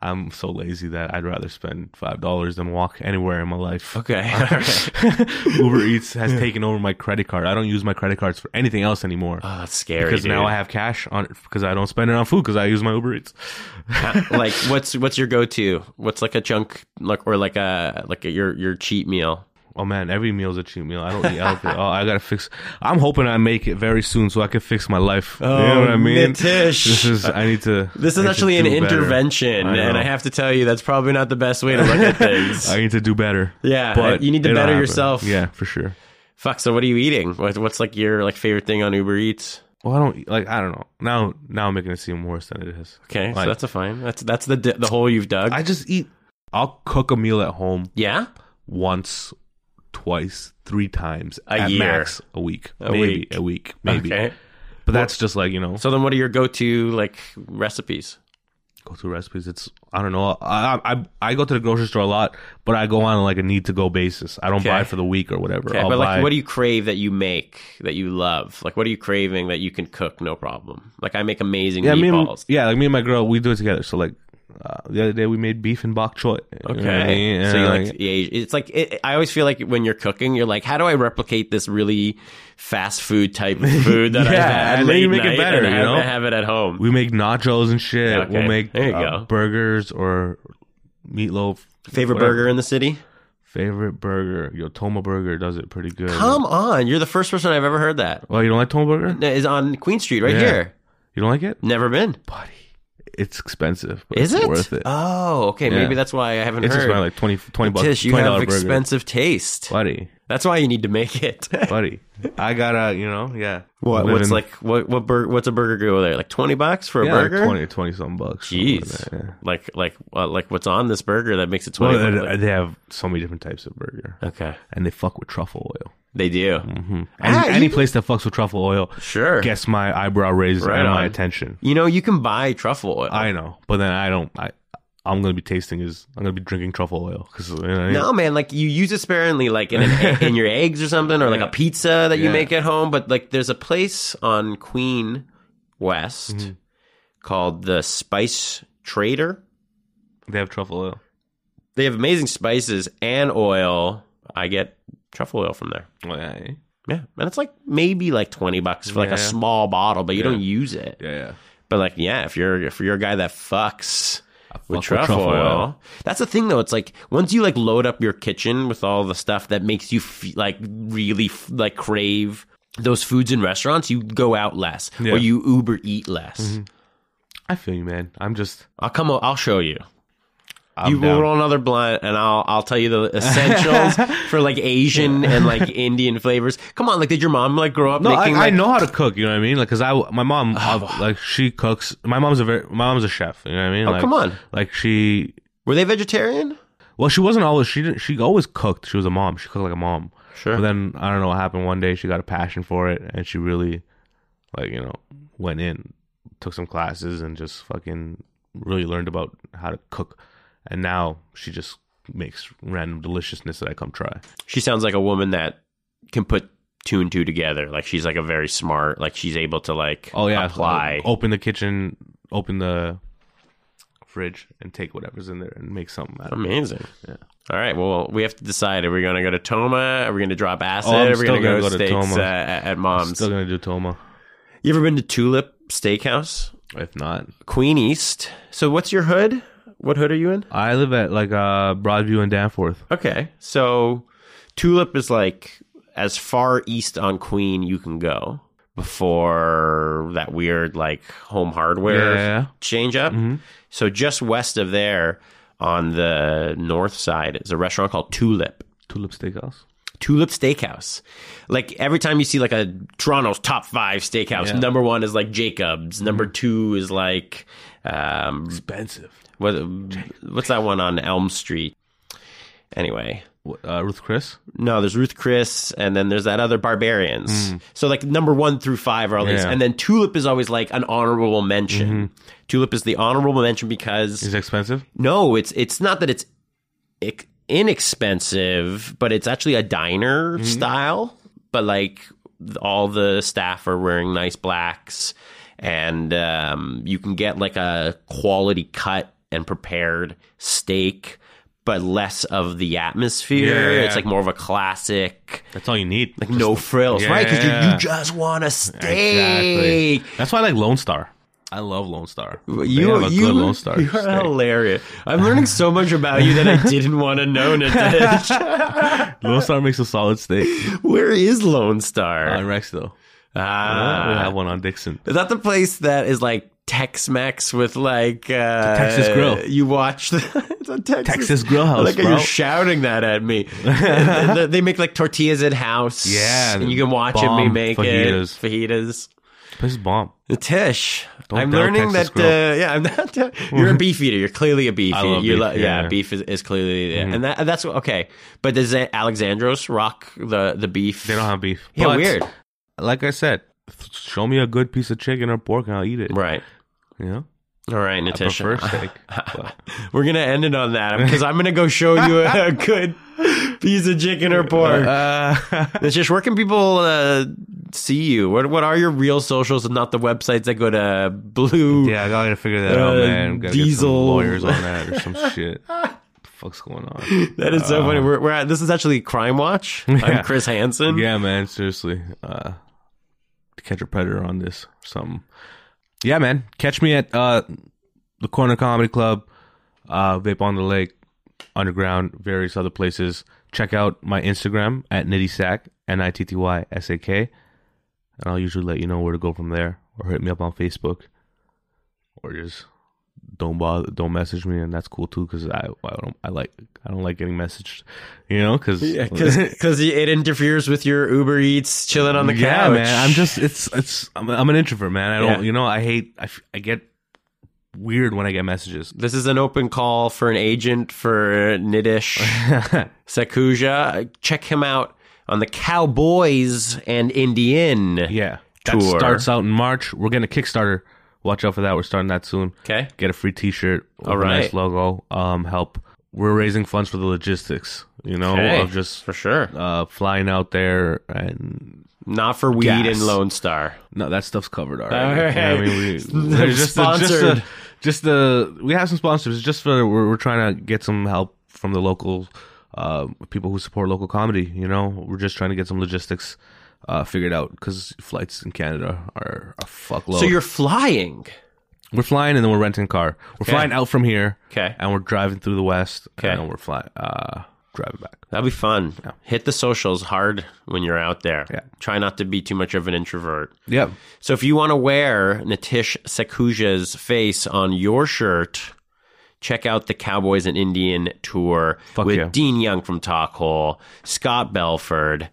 S3: I'm so lazy that I'd rather spend five dollars than walk anywhere in my life.
S1: Okay, all right.
S3: [laughs] Uber Eats has taken over my credit card. I don't use my credit cards for anything else anymore
S1: [laughs] oh, that's scary.
S3: because now
S1: dude.
S3: I have cash on it because I don't spend it on food because I use my Uber Eats.
S1: like what's what's your go to? What's like a chunk like or like a like a, your your cheat meal?
S3: Oh man, every meal's a cheat meal. I don't eat healthy. oh, I gotta fix. I'm hoping I make it very soon so I can fix my life. you know what I mean?
S1: Oh, Nitish.
S3: This is. I need to.
S1: This
S3: I
S1: is
S3: need to
S1: actually an
S3: do better.
S1: intervention,
S3: I know.
S1: and I have to tell you that's probably not the best way to look
S3: [laughs]
S1: at things.
S3: I need to do better.
S1: Yeah, you need to
S3: it'll
S1: better
S3: happen.
S1: yourself.
S3: Yeah, for sure.
S1: Fuck. So what are you eating? What, what's like your like favorite thing on Uber Eats?
S3: Well, I don't like. I don't know. Now, now I'm making it seem worse than it is.
S1: Okay,
S3: Like,
S1: so that's a fine. That's that's the di- the hole you've dug.
S3: I just eat. I'll cook a meal at home
S1: yeah.
S3: once, twice, three times
S1: A
S3: at
S1: year.
S3: max a week,
S1: A
S3: maybe
S1: week.
S3: a week, maybe.
S1: Okay.
S3: But that's just like you know.
S1: So then, what are your go to like recipes?
S3: go to recipes. It's I don't know. I, I I go to the grocery store a lot, but I go on like a need to go basis. I don't
S1: Okay.
S3: buy for the week or whatever.
S1: Okay,
S3: I'll
S1: but
S3: buy,
S1: like, what do you crave that you make that you love? Like, what are you craving that you can cook no problem? Like, I make amazing
S3: yeah, me and,
S1: meatballs.
S3: yeah, like me and my girl, we do it together. So like uh, the other day we made beef and bok choy. You know what I mean?
S1: so you
S3: And,
S1: like, to- yeah, it's like it, I always feel like when you're cooking, you're like, how do I replicate this really fast food type
S3: [laughs]
S1: of food that I
S3: Yeah,
S1: had
S3: and then
S1: late
S3: you make it
S1: night
S3: better,
S1: and I
S3: you know?
S1: have- have it at home?
S3: we make nachos and shit.
S1: Okay,
S3: We'll make
S1: there you
S3: uh,
S1: go.
S3: burgers or meatloaf.
S1: Favorite
S3: whatever.
S1: burger in the city?
S3: Favorite burger. Yo, Toma Burger does it pretty good.
S1: Come on, you're the first person I've ever heard that.
S3: Well, you don't like Toma Burger?
S1: Is on Queen Street right
S3: Yeah.
S1: here.
S3: You don't like it?
S1: Never been.
S3: Buddy, it's expensive. But
S1: Is
S3: it's
S1: it?
S3: worth it?
S1: Oh, okay. Maybe
S3: Yeah.
S1: that's why I haven't
S3: it's just
S1: heard.
S3: around like 20, 20 bucks.
S1: Tish, you
S3: $20
S1: have
S3: burger.
S1: expensive taste.
S3: Buddy,
S1: That's why you need to make it. [laughs]
S3: buddy. I gotta, you know, yeah.
S1: what,
S3: Living-
S1: what's like what what bur- what's a burger go there? Like twenty bucks for a
S3: yeah, like
S1: burger?
S3: 20, 20 something bucks. something like
S1: Jeez.
S3: that, yeah.
S1: Like like uh, like what's on this burger that makes it twenty?
S3: Well, they-
S1: bucks?
S3: they have so many different types of burger,
S1: okay,
S3: and they fuck with truffle oil.
S1: they do.
S3: Any,
S1: Ah,
S3: any
S1: you-
S3: place that fucks with truffle oil
S1: Sure.
S3: gets my eyebrow raised
S1: Right
S3: and my
S1: on.
S3: attention.
S1: You know you can buy truffle oil.
S3: I know, but then I don't. I I'm gonna be tasting is I'm gonna be drinking truffle oil because
S1: no man, like you use it sparingly, like in an, e,
S3: [laughs]
S1: in your eggs or something, or like a pizza that you
S3: Yeah.
S1: make at home. But like, there's a place on Queen West
S3: Mm-hmm.
S1: called the Spice Trader.
S3: they have truffle oil.
S1: They have amazing spices and oil. I get truffle oil from there.
S3: Yeah,
S1: Yeah, and it's like maybe like twenty bucks for like
S3: Yeah.
S1: a small bottle, but you
S3: Yeah.
S1: don't use it.
S3: yeah, yeah.
S1: But like, yeah, if you're if you're a guy that fucks with
S3: with
S1: truffle,
S3: truffle
S1: oil,
S3: oil.
S1: that's the thing though. It's like once you like load up your kitchen with all the stuff that makes you fe- like really f- like crave those foods in restaurants, you go out less
S3: Yeah. Mm-hmm.
S1: or you Uber eat less.
S3: I feel you, man. I'm just.
S1: I'll come. o- I'll show you.
S3: I'm
S1: you
S3: down.
S1: will roll another blunt, and I'll I'll tell you the
S3: [laughs]
S1: essentials for like Asian and like Indian flavors. Come on, like did your mom like grow up
S3: No, I,
S1: making?
S3: I
S1: like,
S3: know how to cook. You know what I mean? Like, cause I,
S1: [sighs]
S3: my mom, I- like, she cooks. My mom's a very, my mom's a chef. You know what I mean?
S1: Oh,
S3: like,
S1: come on.
S3: Like she,
S1: Were they vegetarian?
S3: well, she wasn't always. She didn't. She always cooked. She was a mom. She cooked like a mom.
S1: Sure.
S3: But then I don't know what happened. One day she got a passion for it, and she really, like, you know, went in, took some classes, and just fucking really learned about how to cook. And now she just makes random deliciousness that I come try.
S1: she sounds like a woman that can put two and two together. Like she's like a very smart, like she's able to like
S3: Oh yeah,
S1: apply.
S3: O- Open the kitchen, open the fridge, and take whatever's in there and make something out of it.
S1: Amazing. All right. Well, we have to decide: are we going to go to Toma? Are we going to drop acid?
S3: Oh, I'm
S1: are we
S3: still
S1: to
S3: gonna
S1: go
S3: go to
S1: steaks
S3: Toma.
S1: uh, at at
S3: I'm
S1: mom's?
S3: still gonna do Toma.
S1: you ever been to Tulip Steakhouse,
S3: If not,
S1: Queen East? So, what's your hood? What hood are you in?
S3: I live at like uh, Broadview and Danforth.
S1: Okay, so Tulip is like as far east on Queen you can go before that weird like home hardware
S3: Yeah.
S1: change up.
S3: Mm-hmm.
S1: So just west of there on the north side is a restaurant called Tulip.
S3: Tulip Steakhouse.
S1: Tulip Steakhouse. Like every time you see like a Toronto's top five steakhouse,
S3: Yeah. Mm-hmm.
S1: number one is like Jacobs, number two is like um,
S3: Expensive.
S1: what, what's that one on Elm Street? Anyway,
S3: What, uh, Ruth Chris.
S1: no, there's Ruth Chris, and then there's that other Barbarians. So like number one through five are all these,
S3: Mm-hmm. Yeah. Mm-hmm.
S1: and then Tulip is always like an honorable mention. Tulip is the honorable mention because
S3: Is it expensive?
S1: no, it's it's not that it's ex- inexpensive, but it's actually a diner
S3: Mm-hmm.
S1: style. But like th- all the staff are wearing nice blacks, and um, you can get like a quality cut and prepared steak, but less of the atmosphere.
S3: Yeah.
S1: It's like more of a classic,
S3: That's all you need. Like
S1: no frills, right? Because you,
S3: Yeah.
S1: you just want a steak.
S3: Exactly. That's why I like Lone Star. I love Lone Star. They
S1: You,
S3: have a
S1: you,
S3: good Lone [laughs] Star.
S1: you are
S3: steak.
S1: hilarious. I'm learning so much about you that I didn't want to know. Nitesh.
S3: Lone Star makes a solid steak.
S1: [laughs]
S3: [laughs]
S1: Where is Lone Star?
S3: On Rex though, we
S1: Ah.
S3: have one on Dixon.
S1: Is that the place that is like Tex Mex with like uh,
S3: Texas Grill.
S1: You watch the [laughs] it's on Texas,
S3: Texas Grill House,
S1: Like
S3: bro.
S1: you're shouting that at [laughs] me. And they make like tortillas in house.
S3: Yeah,
S1: and you can watch it me
S3: bomb
S1: make
S3: fajitas.
S1: it fajitas.
S3: Place is bomb.
S1: Tish,
S3: Don't
S1: I'm
S3: doubt
S1: learning
S3: Texas
S1: that. Uh, yeah, I'm not. you're a beef eater. You're clearly a beef
S3: I
S1: eater.
S3: love
S1: You're
S3: beef,
S1: li- yeah,
S3: yeah. Mm-hmm.
S1: beef is, is clearly, yeah. and that and that's what- okay. But does that Alexandros rock the the beef?
S3: They don't have beef.
S1: Yeah,
S3: But,
S1: weird.
S3: Like I said, th- show me a good piece of chicken or pork and I'll eat it.
S1: Right.
S3: You know,
S1: All right,
S3: I prefer
S1: Natasha.
S3: steak. but-
S1: [laughs] We're gonna end it on that because I'm gonna go show you
S3: [laughs]
S1: a good piece of chicken or pork. [laughs]
S3: Uh,
S1: It's just where can people uh, see you? What what are your real socials and not the websites that go to blue?
S3: yeah, I gotta figure that
S1: Uh,
S3: out, man. Gotta get some
S1: diesel.
S3: lawyers on
S1: [laughs]
S3: that or some shit. What the fuck's going on?
S1: That is so funny. We're, we're at, this is actually Crime Watch. I'm Chris Hansen.
S3: uh, [laughs] Yeah, man. Seriously, uh, catch a predator on this. Or something. Yeah, man. Catch me at uh, the Corner Comedy Club, uh, Vape on the Lake, Underground, various other places. Check out my Instagram at Nitty Sack N I T T Y S A K, and I'll usually let you know where to go from there, or hit me up on Facebook, or just don't bother, don't message me, and that's cool too, because I I don't I like I don't like getting messaged, you know, because [laughs]
S1: because it interferes with your Uber Eats chilling on the
S3: yeah,
S1: couch.
S3: man. I'm just it's it's I'm, I'm an introvert, man. I don't
S1: Yeah.
S3: you know I hate I, f- I get weird when I get messages.
S1: This is an open call for an agent for
S3: [laughs]
S1: Nidish Sakuja. Check him out on the Cowboys and Indian.
S3: Yeah, that
S1: Tour.
S3: starts out in March. We're getting a Kickstarter. Watch out for that. We're starting that soon.
S1: Okay.
S3: Get a free T-shirt. with
S1: All
S3: a nice
S1: right.
S3: logo. Um, help. We're raising funds for the logistics. You know,
S1: Okay.
S3: of oh, just
S1: For sure.
S3: uh flying out there and
S1: Not for weed
S3: Gas.
S1: and Lone Star.
S3: No, that stuff's covered
S1: All
S3: already. You know what I
S1: [laughs]
S3: mean, we,
S1: right.
S3: there's just the- just
S1: Sponsored.
S3: the, just the we have some sponsors. Just for we're, we're trying to get some help from the local uh, people who support local comedy. You know, we're just trying to get some logistics uh, figured out because flights in Canada are a fuckload.
S1: So you're flying.
S3: we're flying and then we're renting a car. We're flying out from here,
S1: Okay.
S3: and we're driving through the west,
S1: Okay.
S3: and then we're flying uh, driving back.
S1: That'll be fun. Hit the socials hard when you're out there.
S3: Yeah.
S1: Try not to be too much of an introvert.
S3: Yeah,
S1: So if you want to wear Natish Sakuja's face on your shirt, check out the Cowboys and Indian tour
S3: Fuck
S1: with
S3: yeah.
S1: Dean Young from Talk Hole, Scott Belford,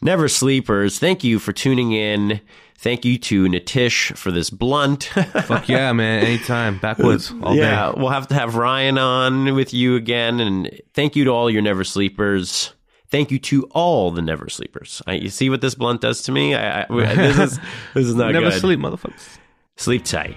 S1: Never Sleepers. Thank you for tuning in. Thank you to Natish for this blunt. [laughs]
S3: fuck yeah, man. Anytime, backwoods all
S1: yeah,
S3: day.
S1: we'll have to have Ryan on with you again. And thank you to all your Never Sleepers. Thank you to all the Never Sleepers. I, you see what this blunt does to me? I, I, this is this is not
S3: [laughs] Never
S1: good.
S3: sleep, motherfuckers.
S1: Sleep tight.